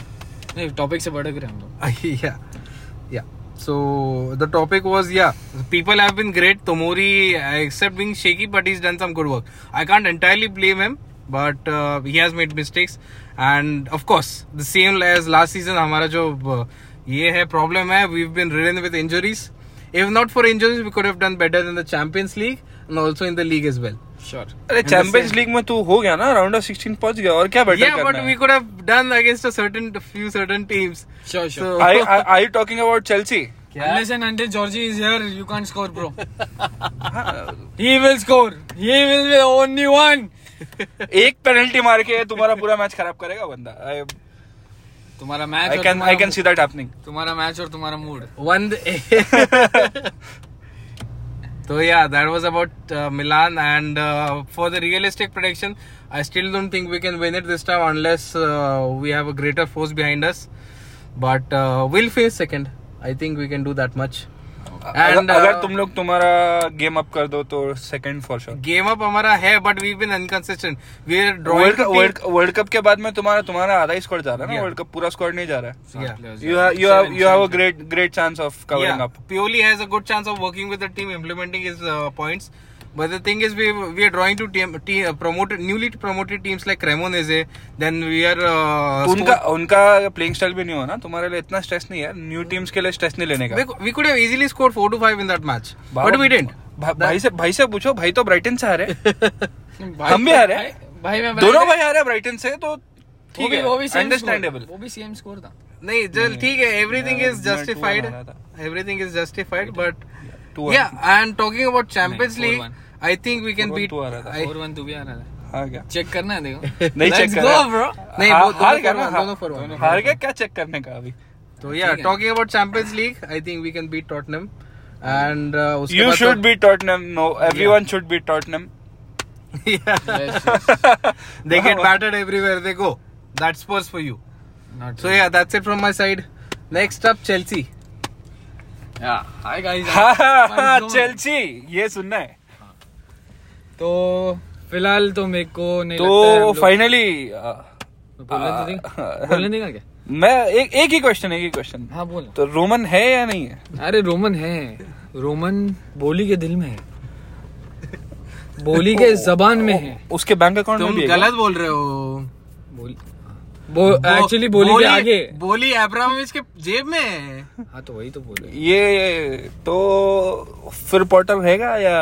A: नहीं topic से भटक रहे हैं हम लोग
C: या या So the topic was yeah, people have been great. Tomori, uh, except being shaky, but he's done some good work. I can't entirely blame him, but uh, he has made mistakes. And of course, the same as last season, हमारा जो uh, ये है problem है, we've been ridden with injuries. If not for injuries, we could have done better in the Champions League and also in the league as well.
A: Sure
B: अरे Champions league में तू हो गया ना राउंड ऑफ 16 पहुंच गया और क्या बेटर
C: yeah, but
B: करना
C: we
B: है
C: could have done against a certain few certain teams.
A: Sure sure
C: So-
B: I I you talking about Chelsea
A: Unless and until Georgie is here, you can't score, bro. he will score. He will be the only one.
B: एक penalty मार के तुम्हारा पूरा match खराब करेगा बंदा आई
A: तुम्हारा मैच और
B: कैन
A: तुम्हारा
B: I can see that happening
A: तुम्हारा मैच और तुम्हारा mood
C: One. Day. so yeah, that was about uh, Milan, and uh, for the realistic prediction, I still don't think we can win it this time unless uh, we have a greater force behind us. But uh, we'll face second. I think we can do that much. And,
B: अगर
C: uh,
B: तुम लोग तुम्हारा game up कर दो तो second for sure
C: Game up, हमारा है, but we've been inconsistent. We're drawing.
B: World
C: to team-
B: world world cup के बाद में तुम्हारा तुम्हारा आधा स्क्वाड जा रहा है ना
C: Yeah.
B: वर्ल्ड कप पूरा स्क्वाड नहीं जा रहा
C: Yeah.
B: है हाँ. You you have you have a great great chance of covering
C: yeah,
B: up
C: Pioli has a good chance of working with the team, implementing his uh, points. But the thing is, we we are drawing to team, te- uh, promoted newly promoted teams like Cremonese. Then we are uh,
B: उनका
C: score-
B: उनका playing style भी नहीं हो ना तुम्हारे लिए इतना stress नहीं है न्यू टीम्स के लिए स्ट्रेस नहीं लेने का
C: we, we could have easily scored four to five in that match,
B: Baba-
C: but we didn't.
B: भा, भाई से भाई से पूछो भाई तो ब्राइटन से हारे
A: भाई-
B: हम भी आ रहे हैं।
A: भाई- भाई मैं
B: दोनों भाई हारे ब्राइटन से तो
A: वो
B: ठीक
A: भी
B: है
A: वो भी सेम
B: अंडरस्टैंडेबल
A: वो भी सेम स्कोर था
C: नहीं चल ठीक है everything
B: Yeah, मैं
C: is
B: two
C: justified
B: बना रहा
C: everything is justified but
B: two
C: yeah and talking about Champions
A: नहीं,
C: League
A: four
C: I think we can
B: Four one
C: beat
B: two आ रहा था।
C: I-
A: और वन तू भी आ रहा है
B: हाँ क्या
A: चेक करना है देखो
B: नहीं
A: Let's
B: चेक
A: go,
B: करना
A: bro.
C: नहीं,
B: हा-
C: वो दोनों
B: हार गया
C: for
B: ना,
C: one,
B: हा-
C: दोनों for one.
B: हार गया क्या चेक करने का अभी
C: तो या
A: ठीक है।
C: Talking about Champions League I think we can beat Tottenham and उसके
B: यू
C: बाद
B: should be Tottenham no everyone should be Tottenham
A: Yes, yes.
C: They get battered everywhere they go that's Spurs for you
A: Not
C: so yeah that's it from my side next up Chelsea
A: really. Yeah. Hi guys. Guys, don't.
B: Chelsea ये सुनना है
A: तो फिलहाल तो मेरे को नहीं लगता है हम
B: तो
A: लोग-
B: फाइनली
A: बोलने तो देंगे बोलने देगा क्या
B: मैं एक एक ही क्वेश्चन एक ही क्वेश्चन
A: हाँ बोल
B: तो रोमन है या नहीं है
A: अरे रोमन है रोमन बोली के दिल में है बोली के जबान में है
B: उसके बैंक अकाउंट में
C: तुम
B: भी है क्या?
C: गलत बोल रहे हो
A: बोली एक्चुअली Uh, बोली के आगे
C: बोली एब्राहमोविच के जेब में है
A: हाँ तो वही तो बोले
B: ये ये, तो फिर पॉटर रहेगा या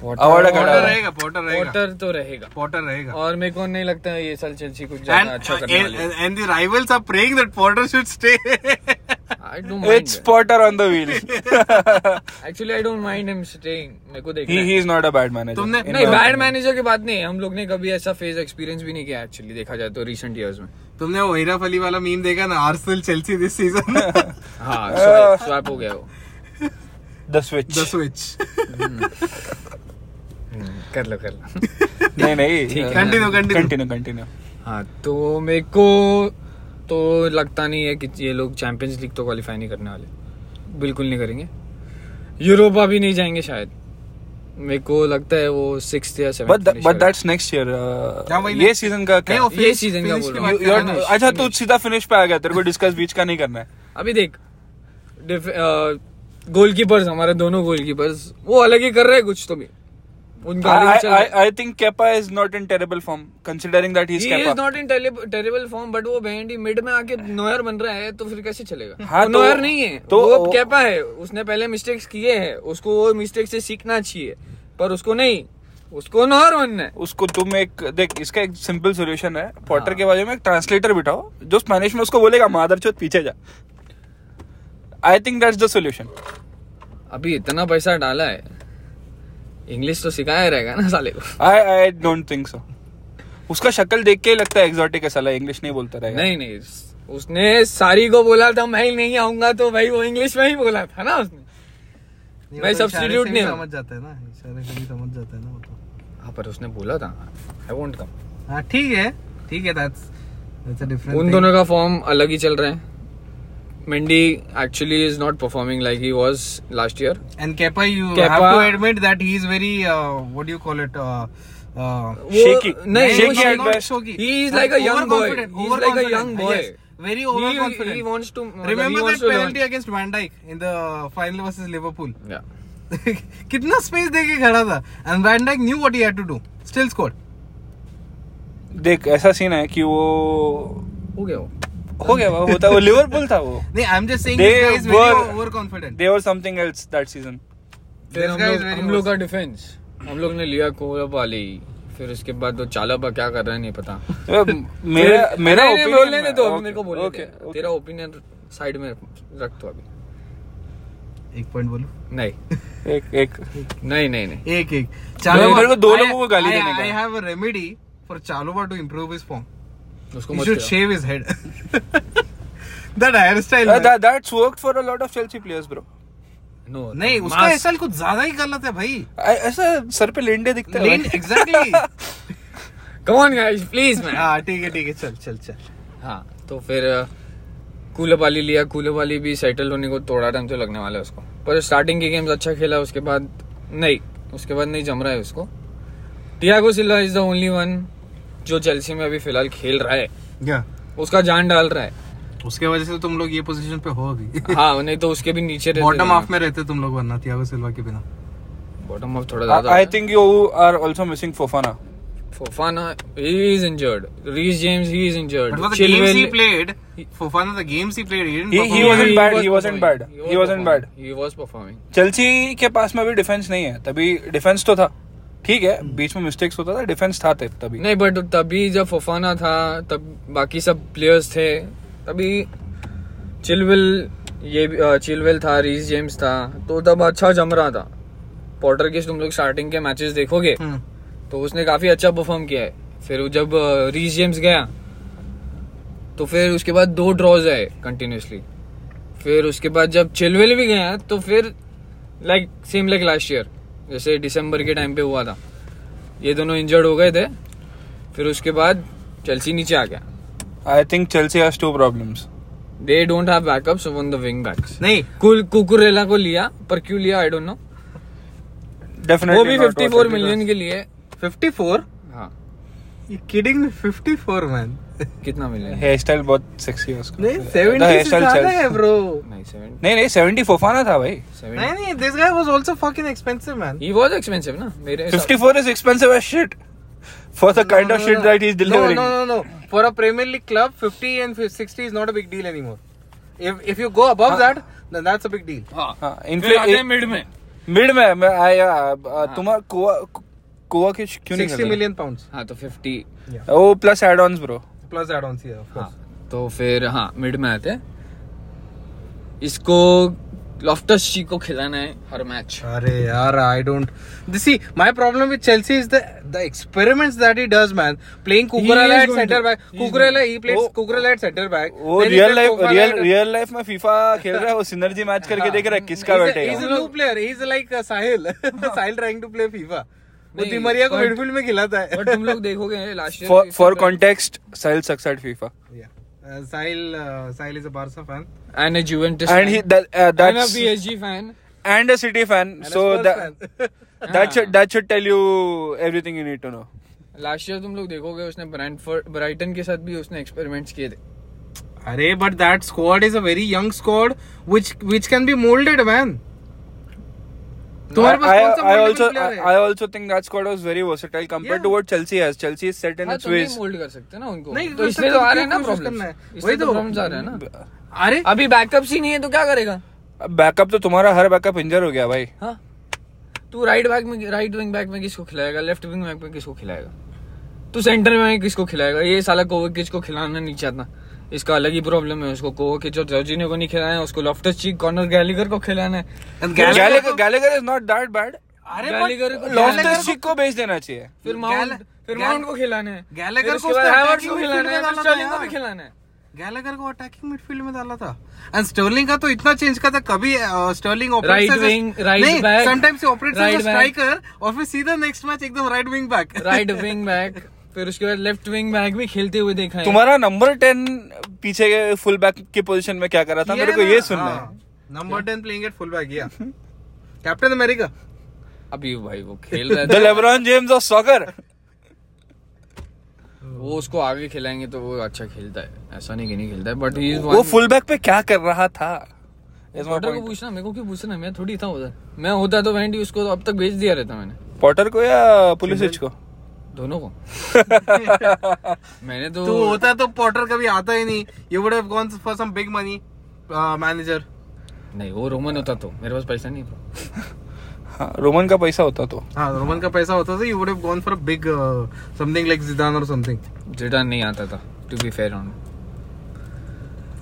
A: Potter-
B: अवार्ड
C: पॉटर
B: खड़ा
C: रहेगा पॉटर रहेगा
A: वॉटर तो रहेगा
C: पॉटर रहेगा
A: Uh, और मेरे को नहीं लगता है ये साल चेल्सी कुछ ज्यादा अच्छा
C: And,
A: करने
C: and,
A: वाली है।
C: and the rivals are praying that Potter should stay.
A: I don't
B: it's
A: mind.
B: Potter on the wheel
A: Actually, I don't mind him staying. मेरे को देखना
B: ही
A: है।
B: Is not a bad manager
C: तुमने-
A: नहीं बैड मैनेजर की बात नहीं है हम लोग ने कभी ऐसा फेज एक्सपीरियंस भी नहीं किया एक्चुअली देखा जाए तो रिसेंट इयर्स में
C: तुमने वो हेरा फली वाला मीम देखा ना आर्सेनल चेल्सी दिस सीजन
A: हाँ स्वैप हो गया वो
B: द स्विच
C: द स्विच
A: हम्म, कर लो कर लो
B: नहीं नहीं uh,
C: Continue, continue.
B: Continue continue
A: हाँ तो मेरे को तो लगता नहीं है कि ये लोग चैंपियंस लीग तो क्वालिफाई नहीं करने वाले बिल्कुल नहीं करेंगे यूरोपा भी नहीं जाएंगे शायद मेरे को लगता है वो सिक्स या
B: but
A: seven
B: but that's next year
C: क्या वही
B: uh, ये
C: next-
B: सीजन का क्या
C: नहीं, वो
A: ये
C: finish-
A: season का
C: finish
A: बोल
C: की
A: रहा हूँ।
C: बात
B: You-
C: कर
B: you're-
C: रहा
A: finish,
B: अच्छा तू
A: finish.
B: सीधा फिनिश पे आ गया तेरे को डिस्कस बीच का नहीं करना है
A: अभी देख गोलकीपर्स हमारे दोनों गोलकीपर्स वो अलग ही कर रहे हैं कुछ तो भी उनका अलग ही चल रहा है।
B: I think Kepa is not in terrible form considering that he is
A: He is
B: Kepa
A: not in terrible terrible form, but वो बैंड ही mid में आके नोयर बन रहा है तो फिर कैसे चलेगा
B: हाँ,
A: वो
B: तो-
A: नोयर नहीं है
B: तो-
A: तो वो कैपा है उसने पहले मिस्टेक्स किए हैं उसको वो मिस्टेक से सीखना चाहिए पर उसको नहीं उसको नोयर बनना है
B: उसको तुम एक देख इसका एक सिंपल सोल्यूशन है
A: हाँ।
B: पॉटर के बाजू में एक ट्रांसलेटर बिठाओ जो स्पेनिश में उसको बोलेगा मादर चौथ पीछे जा I think that's the solution
A: अभी इतना पैसा डाला है इंग्लिश तो सिखाया रहेगा ना साले को
B: I I don't think so उसका शक्ल देख के ही लगता है एग्जॉटिक है साला इंग्लिश नहीं बोलता रहेगा
A: नहीं नहीं उसने सारी को बोला था मैं नहीं आऊंगा तो भाई वो इंग्लिश में ही बोला था ना उसने
C: है
A: मैं substitute नहीं हूँ।
C: समझ जाता है ना इशारे से भी समझ जाता है ना वो तो
A: हाँ पर उसने बोला था आई वॉन्ट कम
C: हाँ ठीक है ठीक है दैट्स दैट्स अ डिफरेंट
A: उन दोनों का फॉर्म अलग ही चल रहा है Mendy actually is not performing like he was last year
C: And Kepa, you have
A: Kepa-
C: to admit that he is very, uh, what do you call it? Uh, uh,
B: Shaky.
A: नहीं
B: Shaky
A: shaky
B: at
A: not
B: best.
A: shaky. He is like a young boy. He
C: Overconfident,
A: is like a
C: overconfident.
A: young boy.
C: Yes, very
A: He-
C: overconfident.
A: he wants to- मतलब
C: Remember
A: he wants
C: that
A: to
C: penalty
A: learn.
C: against Van Dijk in the final versus Liverpool.
A: Yeah.
C: कितना space देके खड़ा था and Van Dijk knew what he had to do still score
B: देख ऐसा scene है कि वो
A: हो गया वो
B: हो गया वो होता वो लिवरपूल था वो
C: नहीं I am just saying
B: They
C: this guys
B: were-
C: very over confident
B: they were something else that season
A: फिर हम
C: guy is
A: लोग
C: very
A: हम लोग का डिफेंस हम लोग ने लिया कोलपाली फिर उसके बाद वो चालापा क्या कर रहा है नहीं पता
B: मेरा
A: फिर-
B: मेरा
A: नहीं, नहीं,
B: opinion
A: बोलने दे
B: है।
A: तो अभी
B: Okay,
A: मेरे को बोलने
B: okay,
A: दे
B: okay.
A: तेरा ओपिनियन साइड में रख तो अभी
C: एक पॉइंट बोलो
A: नहीं
B: एक एक
A: नहीं नहीं नहीं
C: एक एक
B: मेरे को दो लोगों को गाली देने का।
C: I have a remedy for Chalobah to improve his form
A: उसको
C: He
A: मत
C: should
A: खिलाओ।
C: shave his head. that hairstyle.
B: Uh,
C: man.
B: That's work for a lot of Chelsea players bro
A: No, तो
C: नहीं
A: no,
C: उसका
A: mask.
C: hairstyle कुछ ज्यादा ही गलत है भाई.
B: ऐसा सर पे लेंडे दिखते हैं
C: Lean exactly.
A: Come on guys, please man.
C: हाँ ठीक है ठीक है चल चल चल.
A: हाँ तो फिर कूलबाली लिया कूलबाली भी सेटल होने को थोड़ा टाइम तो लगने वाला है उसको पर स्टार्टिंग के गेम्स अच्छा खेला उसके बाद नहीं उसके बाद नहीं जम रहा है उसको Thiago Silva is the only one जो चेल्सी में अभी फिलहाल खेल रहा है
C: Yeah.
A: उसका जान डाल रहा है
C: उसके वजह से तो तुम लोग ये पोजीशन पे हो अभी.
A: हाँ नहीं तो उसके भी नीचे
C: बॉटम हाफ में रहते तुम लोग वरना थियागो सिल्वा के बिना.
A: बॉटम ऑफ थोड़ा ज्यादा
B: I think you are also missing Fofana
A: Fofana he is injured Reece James he is
C: But
A: injured
C: for मतलब the games he played, Fofana the games he played, he didn't.
B: He-
C: perform
B: he
C: well.
B: wasn't bad, he wasn't bad, he wasn't bad.
A: He was performing
B: Chelsea के पास में अभी defence नहीं है तभी defence तो था ठीक है बीच में मिस्टेक्स होता था डिफेंस था तब- तभी
A: नहीं बट तभी जब फफाना था तब बाकी सब प्लेयर्स थे तभी चिलविल ये भी- अ, चिलविल था रीस जेम्स था तो तब अच्छा जम रहा था पॉटर के तुम लोग स्टार्टिंग के मैचेस देखोगे
C: हम्म.
A: तो उसने काफी अच्छा परफॉर्म किया है फिर वो जब अ, रीस जेम्स गया तो फिर उसके बाद दो ड्रॉज आए कंटिन्यूसली फिर उसके बाद जब चिलविल भी गया तो फिर like same like last year जैसे दिसंबर के टाइम पे हुआ था ये दोनों इंजर्ड हो गए थे फिर उसके बाद चेल्सी नीचे आ गया
B: I think Chelsea has two problems
A: they don't have backups on the wing backs
C: नहीं.
A: कुल कुकुरेला को लिया पर क्यों लिया आई डोंट नो
B: डेफिनेटली
A: वो भी 54 मिलियन के लिए
C: 54.
A: हाँ
C: You kidding me? 54 man.
A: कितना मिलियन
B: हेयर स्टाइल बहुत सेक्सी है उसका
C: नहीं
B: The
C: 70 से
B: hairstyle
C: ज्यादा
B: Chelsea-
C: है bro.
A: नहीं 70
B: नहीं नहीं 70 फोफाना था भाई
A: 70
C: नहीं नहीं this guy was also fucking expensive man.
A: He was expensive ना मेरे हिसाब-
B: 54 is expensive as shit for the kind of shit that he's delivering.
C: No, no, no. For a Premier League club, 50 and 50 60 is not a big deal anymore. If if you go above that, then that's a big deal.
B: हाँ, infl-
A: फिर आते हैं mid में
B: mid में मैं uh, आया
C: हाँ।
B: तुम्हारा कोवा कोवा के क्यों नहीं
C: 60
B: कर
C: million pounds
A: हाँ तो 50
B: रहे? वो plus add ons bro
C: plus add-ons here, of course.
A: हाँ तो फिर हाँ मिड में आते हैं इसको लॉफ्टस शी को खिलाना है हर match
C: Arey, yaar, I don't. See, my problem with Chelsea is the the experiments that he does, man. Playing Cucurella at centre back. Cucurella, he plays
B: Oh.
C: Cucurella at centre back.
B: वो
C: Then he
B: real
C: plays
B: life
C: Fofana
B: real
C: at-
B: real life में FIFA खेल रहा है वो synergy match
C: हाँ।
B: करके देख रहा है किसका
C: He's a- He's a
B: बैठेगा
C: new player. He's like uh, Sahil. Sahil trying to play FIFA. वो
A: नहीं,
C: दिमरिया को
A: but-
C: मिडफील्ड में खिलाता है
A: बट तुम लोग देखोगे तो last
B: for for context Sahil sucks at FIFA
C: Yeah. Uh, Sahil, uh, Sahil is a Barca fan.
A: And a Juventus
B: and he
A: and a
B: that's
A: PSG fan
B: and a City fan
C: And a
B: so
C: Spurs
B: that
C: fan. हाँ।
B: should that should tell you everything you need to know
A: last year तुम लोग देखोगे उसने ब्रांटफोर्ड Brighton के साथ भी उसने experiments किए थे
C: अरे but that squad is a very young squad which which can be moulded man तुम्हारे पास कौन सा
B: I
C: mouldable
B: also
C: player
B: I
C: है
B: also think that squad was very versatile compared
C: Yeah.
B: to what Chelsea has. Chelsea is set in
A: हाँ
B: its
A: तुम भी
B: ways.
A: Mould कर सकते हो ना उनको
C: नहीं,
A: तो
C: वो
A: इसलिए
C: सब
A: तो
C: तो
A: आ रहे हैं ना
C: क्यों कोशिश करना है?
A: प्रॉब्लम्स इसलिए
C: वही
A: तो
C: तो-
A: प्रॉब्लम्स आ रहे हैं ना
C: अरे
A: अभी बैकअप्स ही नहीं है तो क्या करेगा
B: बैकअप तो तुम्हारा हर बैकअप इंजर हो गया भाई
A: हाँ तू राइट बैक में राइट विंग बैक में किसको खिलाएगा लेफ्ट विंग बैक में किसको खिलाएगा तू सेंटर में किसको खिलाएगा ये साला कोवोकिच को खिलाना नहीं चाहता इसका अलग ही प्रॉब्लम है उसको कोवोकिच और जॉर्जिनियो को नहीं खिलाना है उसको लॉफ्टस चीक कॉर्नर गैलिगर को खिलाना है
B: Gallagher Gallagher is not that bad
C: अरे
A: गैलिगर को
B: लॉफ्टस चीक को बेच देना चाहिए
A: फिर
C: गैल-
A: माउंट फिर
C: गैल-
A: माउंट को खिलाना है
C: गैलेगर
A: फिर
C: को
A: उसके
C: उसने
A: बाद हावर्ट्स
C: attacking
A: को
C: midfield
A: खिलाना है
C: में
A: फिर
C: डाला
A: स्टर्लिंग
C: था
A: को भी
C: यार।
A: खिलाना है
C: गैलेगर को अटैकिंग मिडफील्ड में डाला था एंड स्टर्लिंग का तो इतना चेंज करता कभी uh, Sterling
A: Right wing, right back,
C: sometimes he operates as
A: right back.
C: Striker और फिर सीधा नेक्स्ट मैच एकदम right wing back
A: right wing back फिर उसके बाद लेफ्ट विंग बैक भी खेलते हुए देखा है
B: तुम्हारा नंबर टेन पीछे फुल बैक की पोजीशन में क्या कर रहा था मेरे को ये सुनना
C: हाँ,
B: है
C: number 10 playing at full back या कैप्टन अमेरिका
A: अभी भाई वो खेल
B: द
A: रहा है
B: लेब्रॉन जेम्स ऑफ सॉकर
A: वो उसको आगे खिलाएंगे तो वो अच्छा खेलता है ऐसा नहीं कि नहीं खेलता है बट ही
B: वो फुल बैक पे क्या कर रहा था Is my
A: पॉटर को
B: point.
A: पूछना मेरे को क्यों पूछना मैं थोड़ी था उधर मैं होता तो वेंडी उसको अब तक बेच दिया रहता मैंने
B: पॉटर को या पुलिस को
A: दोनों को मैंने तो
C: तू होता तो पॉटर कभी आता ही नहीं you would have gone for some big money uh, manager
A: नहीं वो रोमन होता तो मेरे पास पैसा नहीं था
B: हाँ रोमन का पैसा होता तो
C: हाँ रोमन का पैसा होता था you would have gone for big something like Zidane और समथिंग
A: जिडान नहीं आता था to be fair on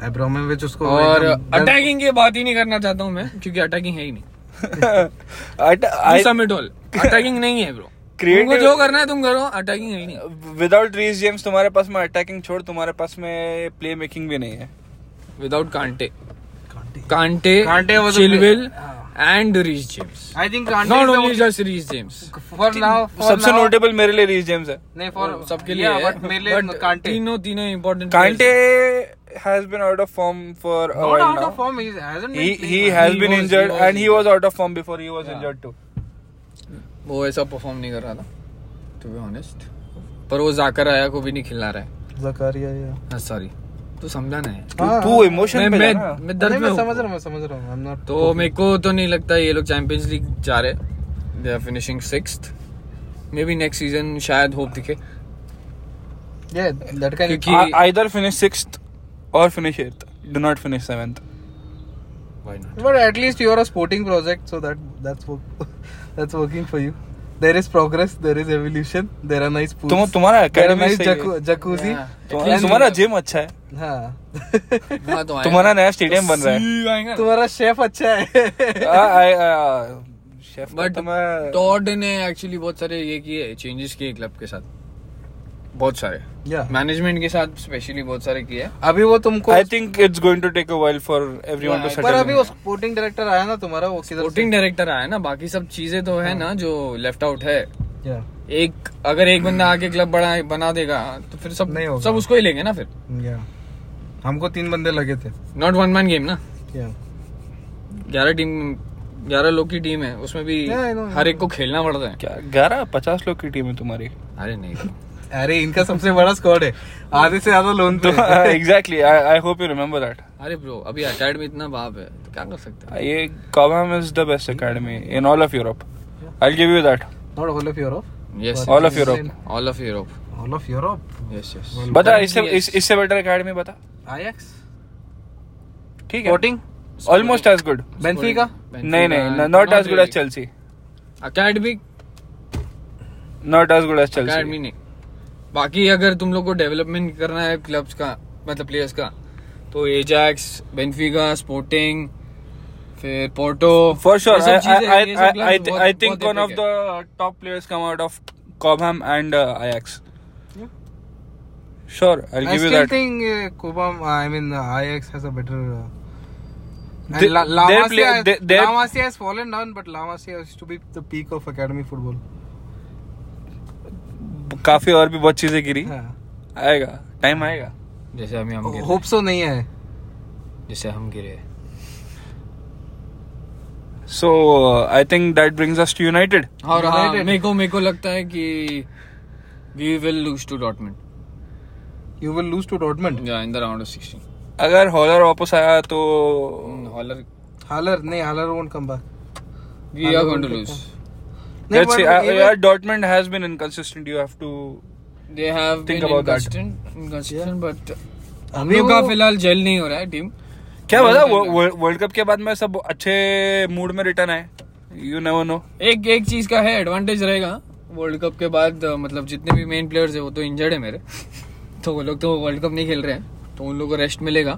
C: Abramovich उसको
A: और
C: एकदम done-
A: अटैकिंग की बात ही नहीं करना चाहता हूँ मैं क्योंकि अटैकिंग है ही नहीं समिट ऑल अटैकिंग नहीं है ब्रो
B: Creative-
A: तुमको जो करना है तुम करो अटैकिंग है ही नहीं
B: विदाउट रीस जेम्स तुम्हारे पास में अटैकिंग छोड़ तुम्हारे पास में प्ले मेकिंग भी नहीं है
A: without Kante
C: Kante.
A: Kante
C: Kante was a
A: चिलविल
C: player.
A: And Reece James
C: I think हाँ। Kante तो
A: not
C: is the
A: only
C: only-
A: just Reece James
C: for now for
B: सबसे
C: now-
B: नोटेबल मेरे लिए रीस जेम्स है
C: नहीं for
A: सबके लिए
C: yeah,
A: है,
C: but मेरे लिए
A: but
C: Kante
A: तीनों तीनों important
B: Kante has been out of form for
C: not out of form he hasn't
B: he
C: been playing
B: he
C: well.
B: has
A: He
B: been
A: was- he
B: injured
A: was
B: and he was out of form before he was
A: Yeah.
B: injured too.
A: वो ऐसा perform नहीं कर रहा था to be honest पर वो जाकर आया को भी नहीं खिला रहा है
C: Zakaria yeah.
A: हाँ सॉरी तू समझा ना यार।
C: हाँ,
B: तू
C: हाँ।
B: इमोशन
A: मैं
B: पे
A: मैं
B: जा ना।
A: मैं
C: नहीं,
A: दर्द में
C: मैं
A: हूँ।
C: समझ रहा हूँ मैं समझ रहा हूँ I'm not
A: तो मेरे को तो नहीं लगता ये लोग चैंपियंस लीग जा रहे they are finishing sixth maybe next season शायद होप दिखे
C: yeah that kind
A: क्योंकि
B: I- either finish sixth or finish eighth. Do not finish seventh.
A: Why not?
C: But at least you are a sporting project, so that that's work, that's working for you. There is progress, there is evolution, there are nice pools.
B: तुम तुम्हारा
C: there are
B: academy
C: nice
B: सही है।
C: jacu- jacuzzi.
A: Yeah.
B: तुम्हारा
C: And-
B: तुम्हारा gym अच्छा है
C: हाँ
A: हाँ, तो आएगा।
B: तुम्हारा नया स्टेडियम बन रहा है
A: सी आएगा।
C: तुम्हारा शेफ अच्छा है
B: Ah, शेफ
A: बट टॉड ने एक्चुअली बहुत सारे ये किए चेंजेस किए क्लब के साथ बहुत सारे
C: Yeah.
A: मैनेजमेंट के साथ स्पेशली बहुत सारे किए
C: अभी वो तुमको
B: I think it's going to take a while for everyone to
A: Yeah,
C: पर अभी
B: सेटल
C: वो स्पोर्टिंग डायरेक्टर आया ना तुम्हारा वो किधर
A: वोटिंग डायरेक्टर आया ना बाकी सब चीजें तो है
C: हाँ।
A: ना जो लेफ्ट आउट है
C: से- Yeah,
A: एक अगर एक बंदा आके क्लब बड़ा बना देगा तो फिर सब
C: नहीं होगा।
A: सब उसको ही लेंगे ना फिर
C: yeah. हमको तीन बंदे लगे थे
A: नॉट वन मैन गेम ना
C: Yeah.
A: ग्यारह टीम ग्यारह लोग की टीम है उसमें भी
C: Yeah, I know, I
A: हर एक को खेलना पड़ता है
B: क्या ग्यारह पचास लोग की टीम है तुम्हारी
A: अरे नहीं
C: अरे इनका सबसे बड़ा स्क्वाड है आधे से ज्यादा लोन तो
B: हाँ, exactly I hope you remember that
A: अरे ब्रो अभी अकेडमी इतना बाप है तो क्या कर सकते हैं
B: ये Cobham is the best academy in all of Europe I give you that
C: not all of Europe
A: yes
B: All of Europe.
A: all of Europe.
C: All of Europe.
A: Yes, yes.
C: Well,
B: बता इससे इस, इससे बेटर अकेडमी बता
C: Ajax.
B: ठीक है
C: Sporting.
B: Almost as good
C: Benfica.
B: नहीं नहीं not as good as Chelsea
A: academy
B: not as good as
A: academy
B: Chelsea
A: नहीं बाकी अगर तुम लोग को डेवलपमेंट करना है क्लब्स का मतलब प्लेयर्स का तो एजैक्स बेंफिका स्पोर्टिंग फिर पोर्टो
B: फॉर श्योर
A: ये सब चीजें- ये सब clubs
B: आई
A: बहुत-
B: आई
A: बहुत
B: थिंक वन ऑफ
A: epic है।
B: The top players come out of Cobham and Ajax sure I
C: I
B: give you
C: still
B: that
C: think uh, Kobam, I mean uh, Ajax has a better. Uh,
B: They-
C: and La- La
B: their
C: Masia,
B: play- they- their-
C: La Masia has fallen down, but La Masia used to be the peak of academy football.
B: काफी और भी बहुत चीजें गिरी
C: हाँ.
B: आएगा time आएगा
A: जैसे हमें हम गिरे
C: Hope so नहीं है.
A: जैसे हम गिरे
B: so I think that brings us to United
A: और हाँ
C: United.
A: मेरे को मेरे को लगता है कि we will lose to Dortmund
C: You will lose to Dortmund.
A: In the round of 16
B: अगर हॉलर वापस आया तो
A: हॉलर
C: Haller, नहीं Haller won't come back.
A: We are going to lose
C: नहीं,
B: let's
C: but
B: see uh,
C: even-
B: यार Dortmund has been inconsistent you have to
A: they have
B: Think
A: been
B: about that.
A: Inconsistent inconsistent but हम
C: अभी
A: लोग का
C: वो-
A: फिलहाल jail नहीं हो रहा है टीम
B: क्या
A: World
B: पता
A: Cup में।
B: वर्ल्ड कप के बाद में सब अच्छे मूड में रिटर्न आए यू नेवर नो
A: एक एक चीज का है एडवांटेज रहेगा वर्ल्ड कप के बाद अ, मतलब जितने भी मेन प्लेयर्स है वो तो इंजर्ड है मेरे तो वो लोग तो वर्ल्ड कप नहीं खेल रहे हैं तो उन लोगों को रेस्ट मिलेगा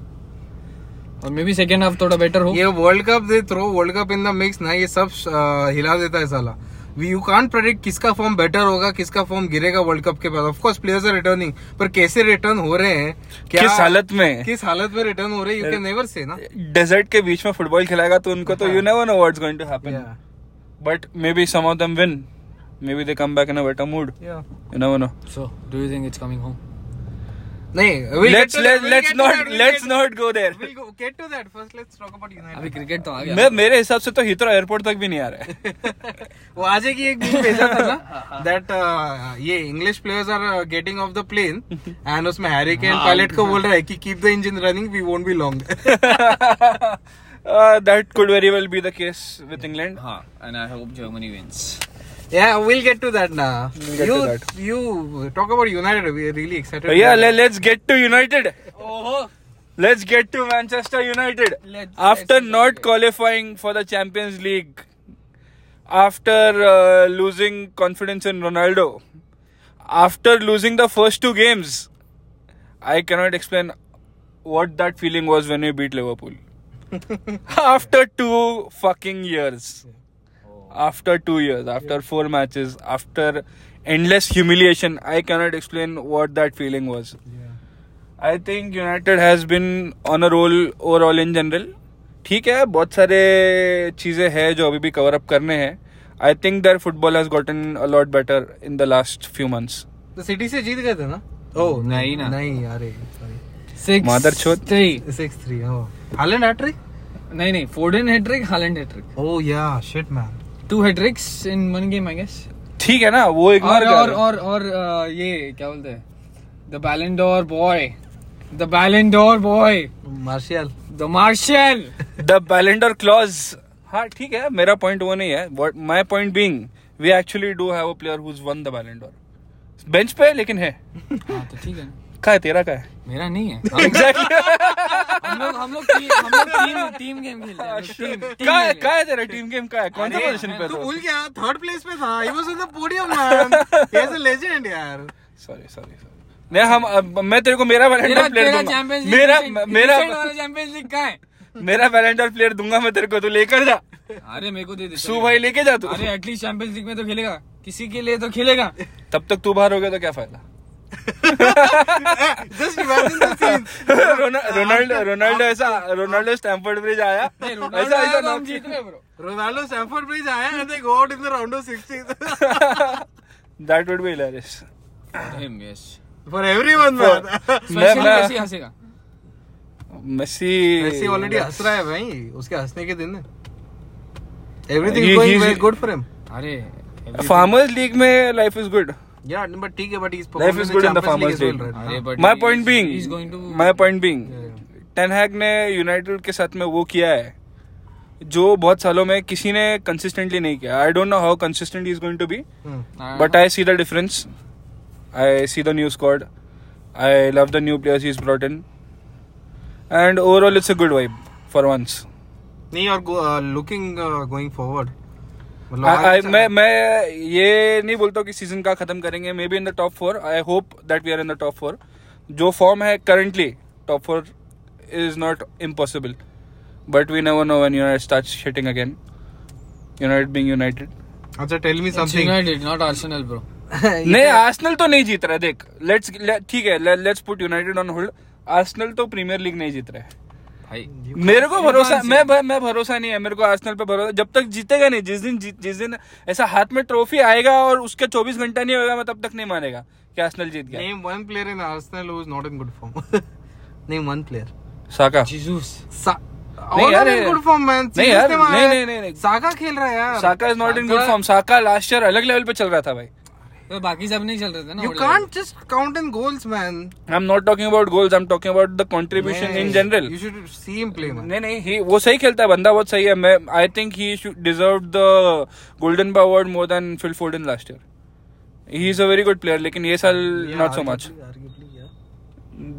A: और मे बी सेकेंड हाफ थोड़ा बेटर हो
C: ये world cup they throw world cup in the mix ना ये सब अ, हिला देता है साला यू कांट प्रेडिक्ट किसका फॉर्म बेटर होगा किसका फॉर्म गिरेगा वर्ल्ड कप के बाद of course players are returning पर कैसे रिटर्न हो रहे हैं
B: किस हालत में
C: किस हालत में रिटर्न हो रहे हैं यू कैन नेवर से ना
B: डेजर्ट के बीच में फुटबॉल खिलाएगा तो उनको तो you never know what's going to happen but maybe some of them win maybe they come back in a better mood you never know
A: so do you think it's coming home
C: नहीं
B: let's let's not let's not go there
C: will get to that first let's talk about United
A: अभी cricket तो आ गया
B: मैं मेरे हिसाब से तो हिथ्रो एयरपोर्ट तक भी नहीं आ रहा है
C: वो आज एक एक meme भेजा था
B: हाँ,
C: ना दैट ये English players are getting off the plane and उसमें हैरी केन
B: हाँ,
C: पायलट को बोल रहा है कि keep the engine running we won't be long
B: that could very well be the case with England
A: हाँ and I hope Germany wins
C: Yeah, we'll get to that now.
B: We'll get
C: you,
B: to that.
C: you talk about United. We're really excited.
B: yeah
C: about that.
B: le- let's get to united let's get to manchester united after not qualifying for the champions league after uh, losing confidence in ronaldo after losing the first two games i cannot explain what that feeling was when we beat liverpool after two fucking years after two years, after four matches, after endless humiliation, I cannot explain what that feeling was. I think United has been on a roll overall in general. ठीक है बहुत सारे चीज़ें हैं जो अभी भी cover up करने हैं I think their football has gotten a lot better in the last few months
C: The city से जीत गए थे ना? Oh,
A: नहीं ना।
C: नहीं अरे sorry.
A: Six
B: Motherchode.
A: Three
C: Six three. Oh, Haaland hat-trick.
A: नहीं नहीं Foden hat trick Haaland hat trick
C: Oh yeah, shit man.
A: Two hat tricks in one game I guess
B: ठीक है ना वो
A: और
B: इग्नोर
A: और और और अ, ये क्या बोलते हैं the Ballon d'Or boy the Ballon d'Or boy
C: Martial.
A: The martial
B: the Ballon d'Or clause हाँ ठीक है मेरा पॉइंट वो नहीं है but my point being we actually do have a player who's won the Ballon d'Or bench पे है लेकिन है
A: हाँ तो ठीक है
B: का है तेरा का है
A: मेरा नहीं है हम-
B: एग्जैक्टली
A: हम लोग हम लोग टी- हम लोग टीम टीम गेम खेलते हैं टीम
B: का है का है तेरा टीम गेम का है कौन से
A: अरे,
B: पोजीशन पे
C: तू
B: तो
C: भूल गया थर्ड प्लेस पे था. He was in the podium man. He is a legend यार.
B: सॉरी सॉरी नहीं हम अब मैं तेरे को मेरा
A: मेरा
B: वैलेंटाइन प्लेयर
A: तेरा
B: दूंगा
A: चैंपियंस लीग
B: मेरा मेरा
A: वाला चैंपियंस लीग का है
B: मेरा वैलेंटाइन प्लेयर दूंगा मैं तेरे को तू लेकर जा
A: अरे मेरे को दे दे
B: सू भाई लेके जा तू
A: अरे एटलीस्ट चैंपियंस लीग में तो खेलेगा किसी के लिए तो खेलेगा
B: तब तक तू बाहर हो गया तो क्या फायदा
C: Just imagine the scene.
B: रोना- रोनाल्डो रोनाल्डो ऐसा रोनाल्डो स्टैम्फोर्ड ब्रिज आया
A: नहीं,
B: ऐसा
A: रोनाल्डो आया
B: ऐसा
A: तो हम
B: नाम
A: जीत गए ब्रो
C: Ronaldo Stamford Bridge आया and they go out in the round of 16
B: that would be hilarious
A: him yes
C: for everyone man.
A: Specially कैसे हंसेगा
B: मेसी
C: वैसे ऑलरेडी हंस रहा है भाई उसके हंसने के दिन है everything
B: He-
C: is going
B: he's-
C: very good for him
A: अरे
B: फार्मर्स लीग में लाइफ इज गुड
C: या बट ठीक है but is
B: Life is good in the farmer's league. My point
A: is going
B: being
A: to
B: my point being Ten Hag ने United के साथ में वो किया है जो बहुत सालों में किसी ने कंसिस्टेंटली नहीं किया I don't know how consistent is going to be
C: Hmm.
A: हाँ,
B: but I see the difference I see the new squad I love the new players is brought in and overall it's a good vibe for once
C: नहीं और uh, looking going forward मतलब अच्छा
B: मैं मैं ये नहीं बोलता हूँ कि सीजन का खत्म करेंगे may be in the top four I hope that we are in the top four जो फॉर्म है currently top four is not impossible but we never know when United start shitting again United being United
C: अच्छा tell me something
A: United not Arsenal bro
B: नहीं Arsenal तो नहीं जीत रहा है देख लेट्स ठीक है let's put United on hold Arsenal तो प्रीमियर लीग नहीं जीत रहा है
A: भाई
B: मेरे को भरोसा मैं भ- मैं भरोसा नहीं है मेरे को आर्सेनल पे भरोसा जब तक जीतेगा नहीं जिस दिन जीत जिस दिन ऐसा हाथ में ट्रॉफी आएगा और उसके 24 घंटा नहीं होगा मैं तब तक नहीं मानेगा कि आर्सेनल जीत गया
C: name one player in Arsenal who is not in good form name one player
B: Saka
A: Jesus
B: नहीं
C: ऑल
B: यार,
C: are in good form man
B: नहीं यार, नहीं, नहीं, नहीं, नहीं।
C: सागा खेल रहा है यार
B: Saka is not in good form Saka last year अलग लेवल पे चल रहा था भाई
A: तो बाकी सब नहीं चल रहे थे ना
C: you
A: old
C: can't just count in goals man
B: I am not talking about goals I am talking about the contribution in general
C: you should see him play man
B: नहीं नहीं he- वो सही खेलता है बंदा बहुत सही है मैं I think he deserve the golden boy award more than Phil Foden last year he is a very good player लेकिन ये साल not so much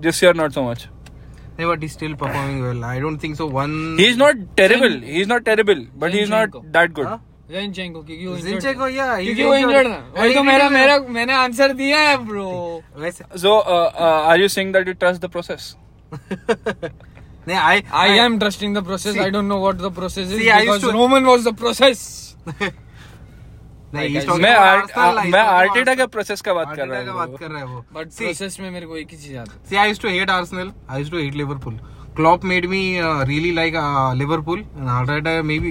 B: this year not so much
C: नहीं but he still performing well I don't think so one
B: he is not terrible he is not terrible but he is not
A: Zinchenko.
B: That good
C: हाँ?
A: Level. Zinchenko क्योंकि वो
C: जिनचेंको,
A: injured है।
C: yeah, he's
A: क्योंकि वो injured
C: injured.
A: ना वही तो
C: And
A: मेरा
C: even-
A: मेरा मैंने आंसर दिया है ब्रो
C: Oh, वैसे
B: so are you saying that you trust the process
C: नहीं I
A: I am trusting the process I don't know what the process is
C: See, I used
A: because
C: to-
A: Roman was the process
C: नहीं he's
A: I-
C: talking
B: मैं
C: about
B: आर-
C: Arsenal,
B: आ-
C: he's
B: मैं
C: talking about
B: Arteta के
C: Arsenal.
B: Process का बात कर
C: Arteta का
B: रहा
C: बात
B: हूँ
C: कर रहा है वो
A: बट
C: See,
A: प्रोसेस में मेरे को एक ही चीज याद है
C: See, I used to hate Arsenal. I used to hate Liverpool. Klopp made me uh, really like uh, Liverpool, and Arteta maybe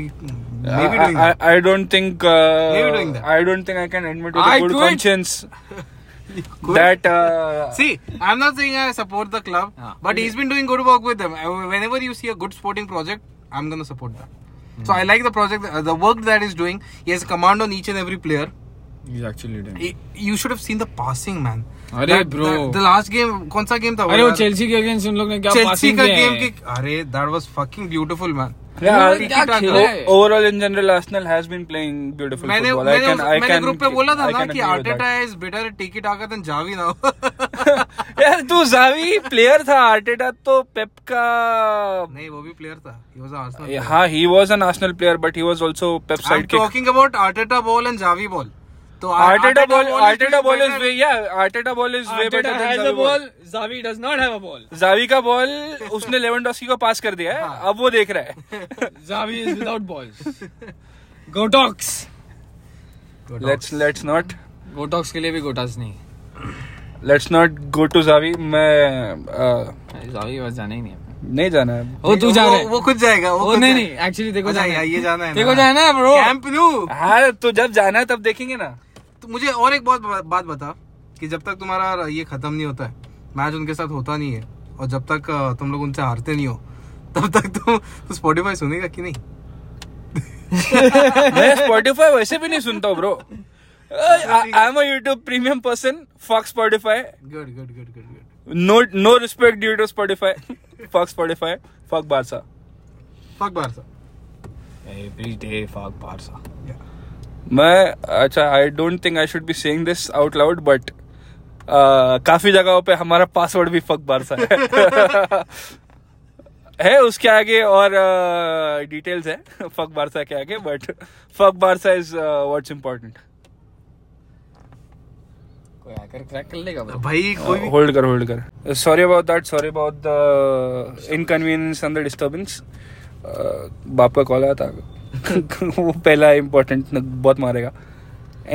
C: maybe doing that.
B: I don't think
C: Maybe doing that.
B: I don't think I can admit
A: I
B: good
A: quit.
B: Conscience
C: Good.
B: That uh,
C: See, I'm not saying I support the club,
A: Ah.
C: but he's been doing good work with them. Uh, Whenever you see a good sporting project, I'm gonna support that.
B: Hmm.
C: So I like the project, uh, the work that he's doing. He has command on each and every player.
A: Is actually
C: He- you should have seen the passing, man.
A: अरे
C: That-
A: bro.
C: that- the last game, कौन सा game था?
A: अरे वो
C: यार?
A: Chelsea के against उन लोग ने क्या
C: Chelsea
A: पासिंग
C: का
A: किया
C: game
A: है
C: की अरे that was fucking beautiful, man.
A: क्या
C: Tiki-taka.
A: खेला है
B: overall in general arsenal has been playing beautiful
C: मैंने
B: football
C: मैंने
B: i can
C: उस-
B: i
C: मैंने
B: can
C: ग्रुप पे बोला था
B: I
C: ना
B: can agree
C: कि
B: with
C: Arteta is better take it आकर देन जावी नाउ
B: that. यार तू जावी प्लेयर था आर्टेटा तो पेप का
C: नहीं वो भी प्लेयर था ही वाज आर्सेनल
B: हाँ he was an Arsenal player but he was also Pep
C: I am
B: side kick
C: talking about Arteta ball and Xavi ball तो
B: Arteta ball Arteta ball is
C: better-
B: way या Arteta ball is way
A: Arteta
B: better
A: Ah, has a
B: than
A: ball. Xavi does not have a ball.
B: Xavi का ball उसने Lewandowski को pass कर दिया
C: हाँ।
B: है अब वो देख रहा है
A: Xavi is without balls. Gotox.
B: Let's let's not
A: Gotox के लिए भी गोटास नहीं है।
B: Let's not go to Xavi मैं अ,
A: Xavi बस जाना ही नहीं है
B: नहीं जाना है
A: वो तू जा रहा
C: वो- वो
A: है
C: खुद जाएगा
A: वो
C: खुद
A: नहीं नहीं
C: जाएगा।
A: एक्चुअली देखो
C: अच्छा,
A: जाना
C: यार, ये जाना है
A: देखो जाना है ब्रो
C: कैंप न्यू
B: हाँ तो जब जाना है तब देखेंगे ना
C: तो मुझे और एक बहुत बा- बात बता कि जब तक तुम्हारा ये खत्म नहीं होता है मैच उनके साथ होता नहीं है और जब तक अ, तुम लोग उनसे हारते नहीं हो तब तक तुम तो स्पॉटिफाई सुनेगा कि नहीं
B: मैं स्पॉटिफाई वैसे भी नहीं सुनता हूँ bro I am a YouTube premium person fuck Spotify
C: good good good good good
B: no no respect due to Spotify fuck Spotify fuck Barca
C: fuck Barca
A: every day fuck Barca
B: मैं अच्छा I don't think I should be saying this out loud but uh, काफी जगहों पे हमारा password भी fuck Barca है है उसके आगे और uh, डिटेल्स है फक बारसा के आगे but fuck Barca is what's important
A: कोई आकर क्रैक कर लेगा ब्रो
C: भाई कोई भी
B: होल्ड Uh, कर होल्ड कर sorry about that sorry about the inconvenience and the disturbance Uh, बाप का कॉल आया था वो पहला इम्पोर्टेंट बहुत मारेगा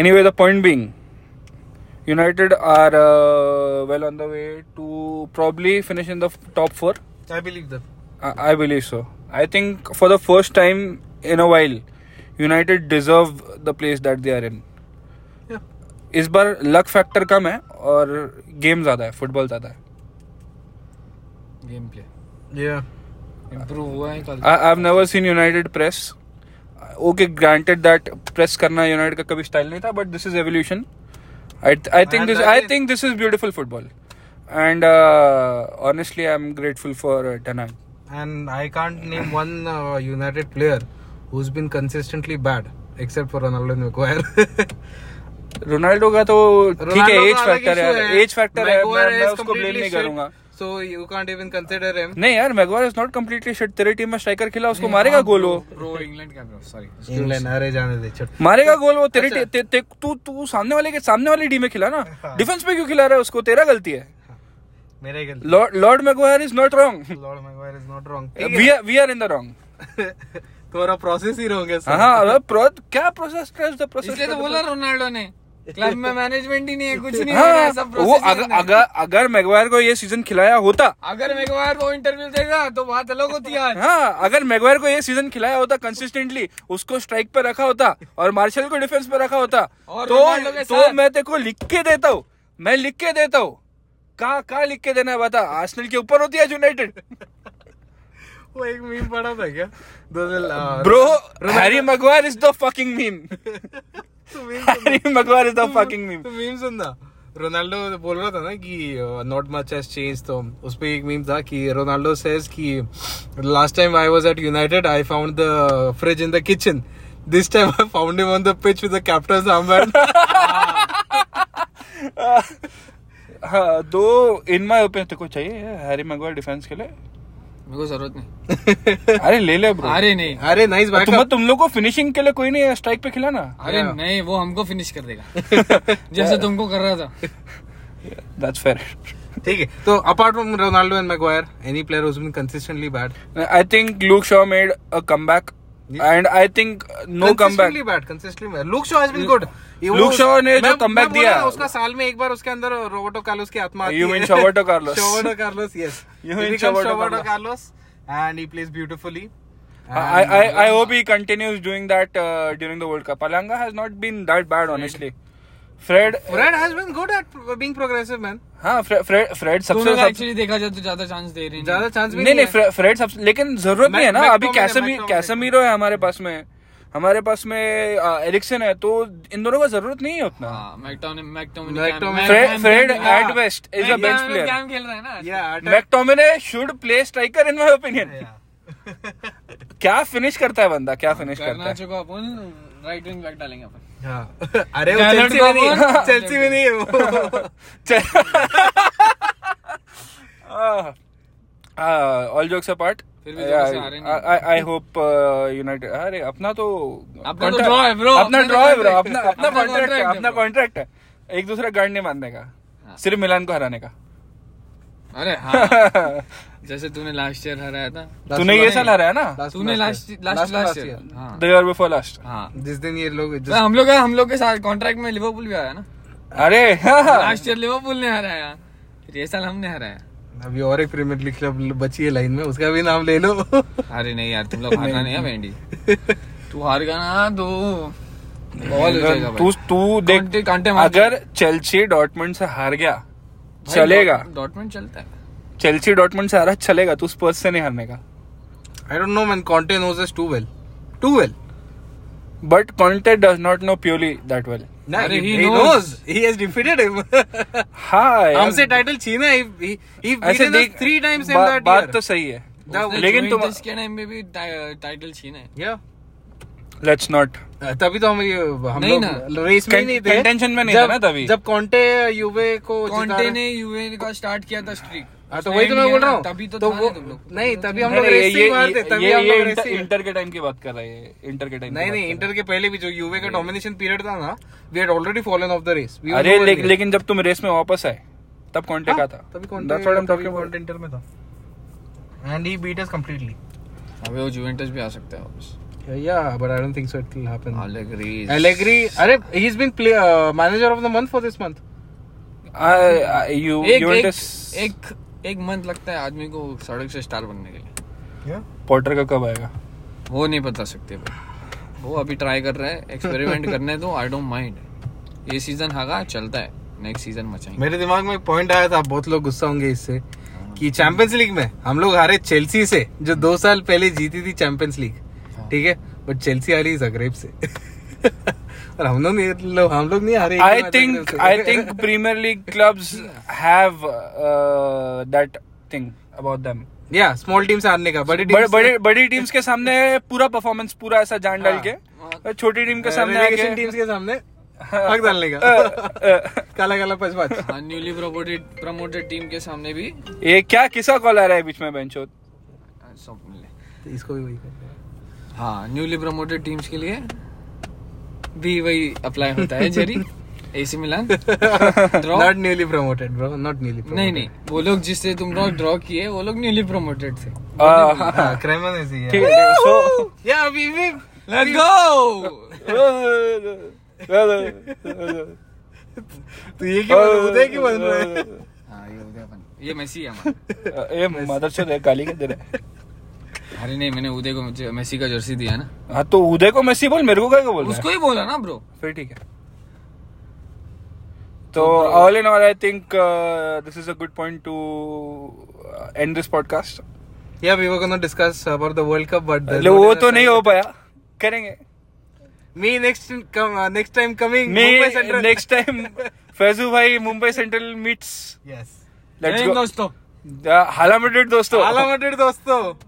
B: anyway the point being United are well on the way to probably finish in the top four
C: I believe that
B: I I believe so. I think for the first time in a while, United deserve the place that they are in.
C: Yeah.
B: इस बार luck factor कम है और game ज्यादा है football ज्यादा है
A: game play
C: या
A: इंप्रूव हुआ है कल
B: I have never seen United press okay granted that press करना यूनाइटेड का कभी स्टाइल नहीं था but this is evolution I think
C: And
B: this
C: that
B: I
C: is-
B: think this is beautiful football and uh, honestly I am grateful for टनाग
C: and I can't name one uh, United player who's been consistently bad, except for Ronaldo and Maguire.
B: Ronaldo का तो ठीक है age factor है age factor है मैं मैं उसको blame नहीं करूंगा
C: so you can't even consider him
B: नहीं यार Maguire is not completely shit तेरी टीम में स्ट्राइकर खिला उसको मारेगा गोल हाँ, वो
A: प्रो इंग्लैंड का ब्रो सॉरी
C: इंग्लैंड अरे जाने दे छट
B: मारेगा गोल वो तेरी टी- ते- ते- तू तू सामने वाले के सामने वाली टीम में खिला ना डिफेंस पे क्यों खिला रहा है उसको तेरा गलती है
C: मेरा ही गलती
B: lord lord Maguire is not wrong
C: lord Maguire is not wrong
B: we are we are in the wrong
C: तुम्हारा प्रोसेस ही रॉन्ग है सर
B: हाँ अब pro- क्या प्रोसेस द प्रोसेस
A: इसलिए तो बोला रोनाल्डो ने क्लब में मैनेजमेंट ही नहीं है कुछ नहीं हो रहा
B: हाँ
A: है, सब
B: वो
A: process ही
B: अगर
A: करना है।
B: अगर अगर मैगवायर को ये सीजन खिलाया होता
A: अगर मैगवायर को इंटरव्यू देगा तो बात अलग होती है यार।
B: हाँ अगर मैगवायर को ये सीजन खिलाया होता कंसिस्टेंटली उसको स्ट्राइक पे रखा होता और मार्शल को डिफेंस पे रखा होता
A: और रोनाल्डो
B: तो
A: के
B: तो
A: साथ।
B: मैं तेरे को लिख के देता हूँ मैं लिख के देता हूँ कहा कहा लिख के देना है बता आर्सेनल के ऊपर होती है यूनाइटेड
C: वो एक मीम पड़ा था क्या दो uh,
B: bro Harry Maguire is the fucking meme Harry Maguire is the fucking meme
C: तो मीम सुनना रोनाल्डो बोल रहा था ना कि uh, not much has change तो उस पे एक मीम था कि रोनाल्डो सेज कि last time I was at United I found the fridge in the kitchen this time I found him on the pitch with the captain armband
B: हाँ though in my opinion तेरे को चाहिए Harry Maguire defence के लिए
A: मेरे को जरूरत नहीं
B: अरे ले ले ब्रो
A: अरे नहीं
C: अरे नाइस
B: तो तुम
C: बैकअप
B: तुम लोग को फिनिशिंग के लिए कोई नहीं है स्ट्राइक पे खिलाना
A: अरे नहीं वो हमको फिनिश कर देगा जैसे तुमको कर रहा था
B: दैट्स फेयर
C: ठीक है तो apart from Ronaldo and Maguire any player who's been consistently bad
B: I think Luke Shaw made a comeback, and I think uh, no comeback.
C: Consistently bad consistently bad Luke Shaw has been good
B: Luke Shaw ने जो comeback दिया।
C: उसका साल में एक बार उसके अंदर Roberto Carlos की आत्मा
B: You mean Roberto Carlos.
C: Roberto Carlos yes
B: You mean Roberto
C: Roberto
B: Carlos.
C: Carlos and he plays beautifully
B: I, I I hope he continues doing that uh, during the World Cup. Palanga has not been that bad, honestly. Fred,
C: Fred has been good at being progressive man
B: हाँ Fred Fred Fred सबसे
A: तुमने
B: सब,
A: actually देखा जाए तो ज्यादा chance दे रहे
C: ज्यादा चांस भी
B: नहीं नहीं Fred, Fred सबसे लेकिन जरूरत नहीं है ना
C: Mac-
B: अभी
C: McTominay,
B: कैसमी
C: McTominay.
B: कैसमीरो है हमारे पास में हमारे पास में एरिक्सन है तो इन दोनों का जरूरत नहीं है उतना
A: हाँ।
C: McTominay.
B: Fred Fred at best is a bench player.
A: Game खेल रहे हैं ना
C: yeah at
B: McTominay should play striker in my opinion. क्या फिनिश करता है बंदा क्या फिनिश करता
A: हाँ, करना
B: है
A: चुका अपन राइट विंग बैक डालेंगे अपन
C: हाँ। अरे वो
A: Leonard
C: चेल्सी में नहीं
A: Coburn.
C: चेल्सी में नहीं है वो
B: ऑल जोक्स अपार्ट
A: फिर भी जोर से आ रहे नहीं।
B: आई होप यूनाइटेड uh, अरे अपना तो
A: अपना तो
B: contract-
A: draw है, bro.
B: अपना
A: अपना तो
B: ड्रॉ है ब्रो
A: contract
B: अपना
A: है।
B: अपना
A: अपना
B: कॉन्ट्रैक्ट है
A: contract है,
B: अपना
A: bro.
B: कॉन्ट्रैक्ट है एक दूसरा गांड नहीं बांधने का सिर्फ मिलान को हराने का
A: अरे हाँ जैसे तूने लास्ट ईयर हराया था
B: तूने ये साल हराया ना
C: Last
A: तूने
C: last
A: last
C: year.
A: Last
C: last
A: last
C: year. हाँ,
A: ईयर हाँ
B: द ईयर बिफोर लास्ट
A: हाँ
C: जिस दिन ये लोग
A: तो हम लोग हम लोग के साथ कॉन्ट्रैक्ट में लिवरपूल भी आया ना
B: अरे हाँ।
A: लास्ट ईयर लिवरपूल ने हराया फिर ये साल हमने हराया
C: अभी और एक प्रीमियर लीग क्लब बची है लाइन में उसका भी नाम ले लो
A: अरे नहीं यार तुम लोग हारना नहीं है वेंडी तू हार गया ना तो बॉल हो जाएगा
B: तू तू देख
A: कांटे- कांटे मार
B: अगर चेल्सी डॉटमंड से हार गया चलेगा
A: डॉटमेंट चलता है
B: चेल्सी डॉटमंड से हारा चलेगा तू स्पर्स से नहीं हारने का
C: I don't know, man. Conte knows us too well. Too well.
B: But Conte does not know purely that well
C: Nah,
A: Arre, he
C: he, he knows.
A: knows.
C: He has defeated him.
B: हाँ यार।
C: हमसे title छीना है. He, he
B: ऐसे
C: beaten us
B: देख-
C: three times in
B: बा-
C: that
B: बात
C: year.
B: तो सही है
A: उसने
B: लेकिन तो तुम
A: Juventus के टाइम में भी टाइटल छीना है
C: Yeah.
B: लेट्स नॉट
C: तभी तो हम ये हम
A: नहीं
C: लोग
A: ना।
C: रेस में ही
B: Con-
C: नहीं थे
B: contention में नहीं
C: जब-
B: था ना तभी।
C: जब कॉन्टे यूवे को जिता
A: कॉन्टे
C: रहे-
A: ने यूएन का स्टार्ट किया था स्ट्रीक
C: हाँ, तो वही तो मैं बोल रहा हूँ
A: तभी तो,
C: तो
A: था
C: वो
A: ना तुम लोग
C: नहीं तभी हम
B: नहीं,
C: लोग
B: नहीं,
C: रेस ही मारते तभी हम लोग रेस ही
B: इंटर के टाइम की बात कर रहे हैं इंटर के टाइम
C: नहीं नहीं इंटर के पहले भी जो यूवे का डोमिनेशन पीरियड था ना we had already fallen of the race
B: अरे ले- लेकिन जब तुम रेस में वापस आए तब कॉन्टे का था
C: हाँ, तभी
B: That's what I'm talking
C: Conte
B: about.
C: Inter में था and he beat us completely
A: अबे वो जुवेंटस भी आ सकता है वापस
C: Yeah, but I don't think so. It will happen.
A: हम्म। अलग्रीज
C: Allegri, अरे, he's been play, uh, manager of the month for this month.
B: I- I- you-
A: एक एक
B: Juventus-
A: एक एक मंथ लगता है आदमी को सड़क से स्टार बनने के लिए
C: Yeah.
B: पॉटर का कब आएगा
A: वो नहीं बता सकते भाई। वो अभी ट्राई कर रहा है एक्सपेरिमेंट करने तो दो आई डोंट माइंड ये सीजन हगा चलता है नेक्स्ट सीजन मचाएंगे
C: मेरे दिमाग में एक पॉइंट आया था बहुत लोग गुस्सा होंगे इससे कि चैंपियंस लीग में हम लोग हारे चेल्सी से जो दो साल पहले जीती थी चैंपियंस लीग
B: हाँ।
C: ठीक है बट चेल्सी हारी जगरेब से और हम लोग नहीं लो- हम लोग नहीं हारे
B: I think I think uh, Premier League clubs have that thing about them
C: या स्मॉल टीम से हारने का बड़ी team
B: बड़े
C: से-
B: बड़े बड़ी टीम्स के सामने पूरा परफॉर्मेंस पूरा ऐसा जान डाल के और छोटी टीम के सामने आके
C: हाँ।
B: हाँ।
C: relegation teams के सामने हक डालने का काला काला पच पच
A: न्यूली प्रमोटेड प्रमोटेड टीम के सामने भी
B: ये क्या किसका कॉल आ रहा है बीच में बेंचो
A: हाँ, सब मिले
C: तो इसको भी वही करना है।
A: हाँ न्यूली प्रमोटेड टीम्स के लिए भी वही अप्लाई होता है जेरी AC Milan draw
C: Not newly promoted, bro. Not newly promoted.
A: नहीं नहीं वो लोग जिससे तुम लोग ड्रॉ किए वो लोग न्यूली प्रमोटेड थे
C: हाँ, Kremen is here.
B: ठीक है so
C: Yeah, we we.
A: Let's go
C: तो ये क्यों बन- उदय क्यों बन रहा है?
A: हाँ ये हो गया अपन ये मेसी है हमारा
B: ये मदर से दे काली के दे रहा है।
A: अरे नहीं मैंने उदय को मुझे मेसी का जर्सी दिया ना
B: हाँ तो उदय को मेसी बोल मेरे को क्या बोल रहा है
A: उसको ही बोला ना ब्रो
B: फिर ठीक है तो all in all I think this is a good point to end this podcast
C: Yeah, we were gonna discuss about the World Cup, but there's
B: वो
C: not
B: तो
C: enough
B: नहीं
C: time.
B: हो पाया करेंगे
C: Me next in- come uh, next time coming. Mumbai
B: मैं
C: Central.
B: Next time Faizu भाई Mumbai Central meets
C: Yes.
B: Let's
A: दोस्तों
B: Uh, go हाला मिडेड दोस्तों
C: आला दोस्तों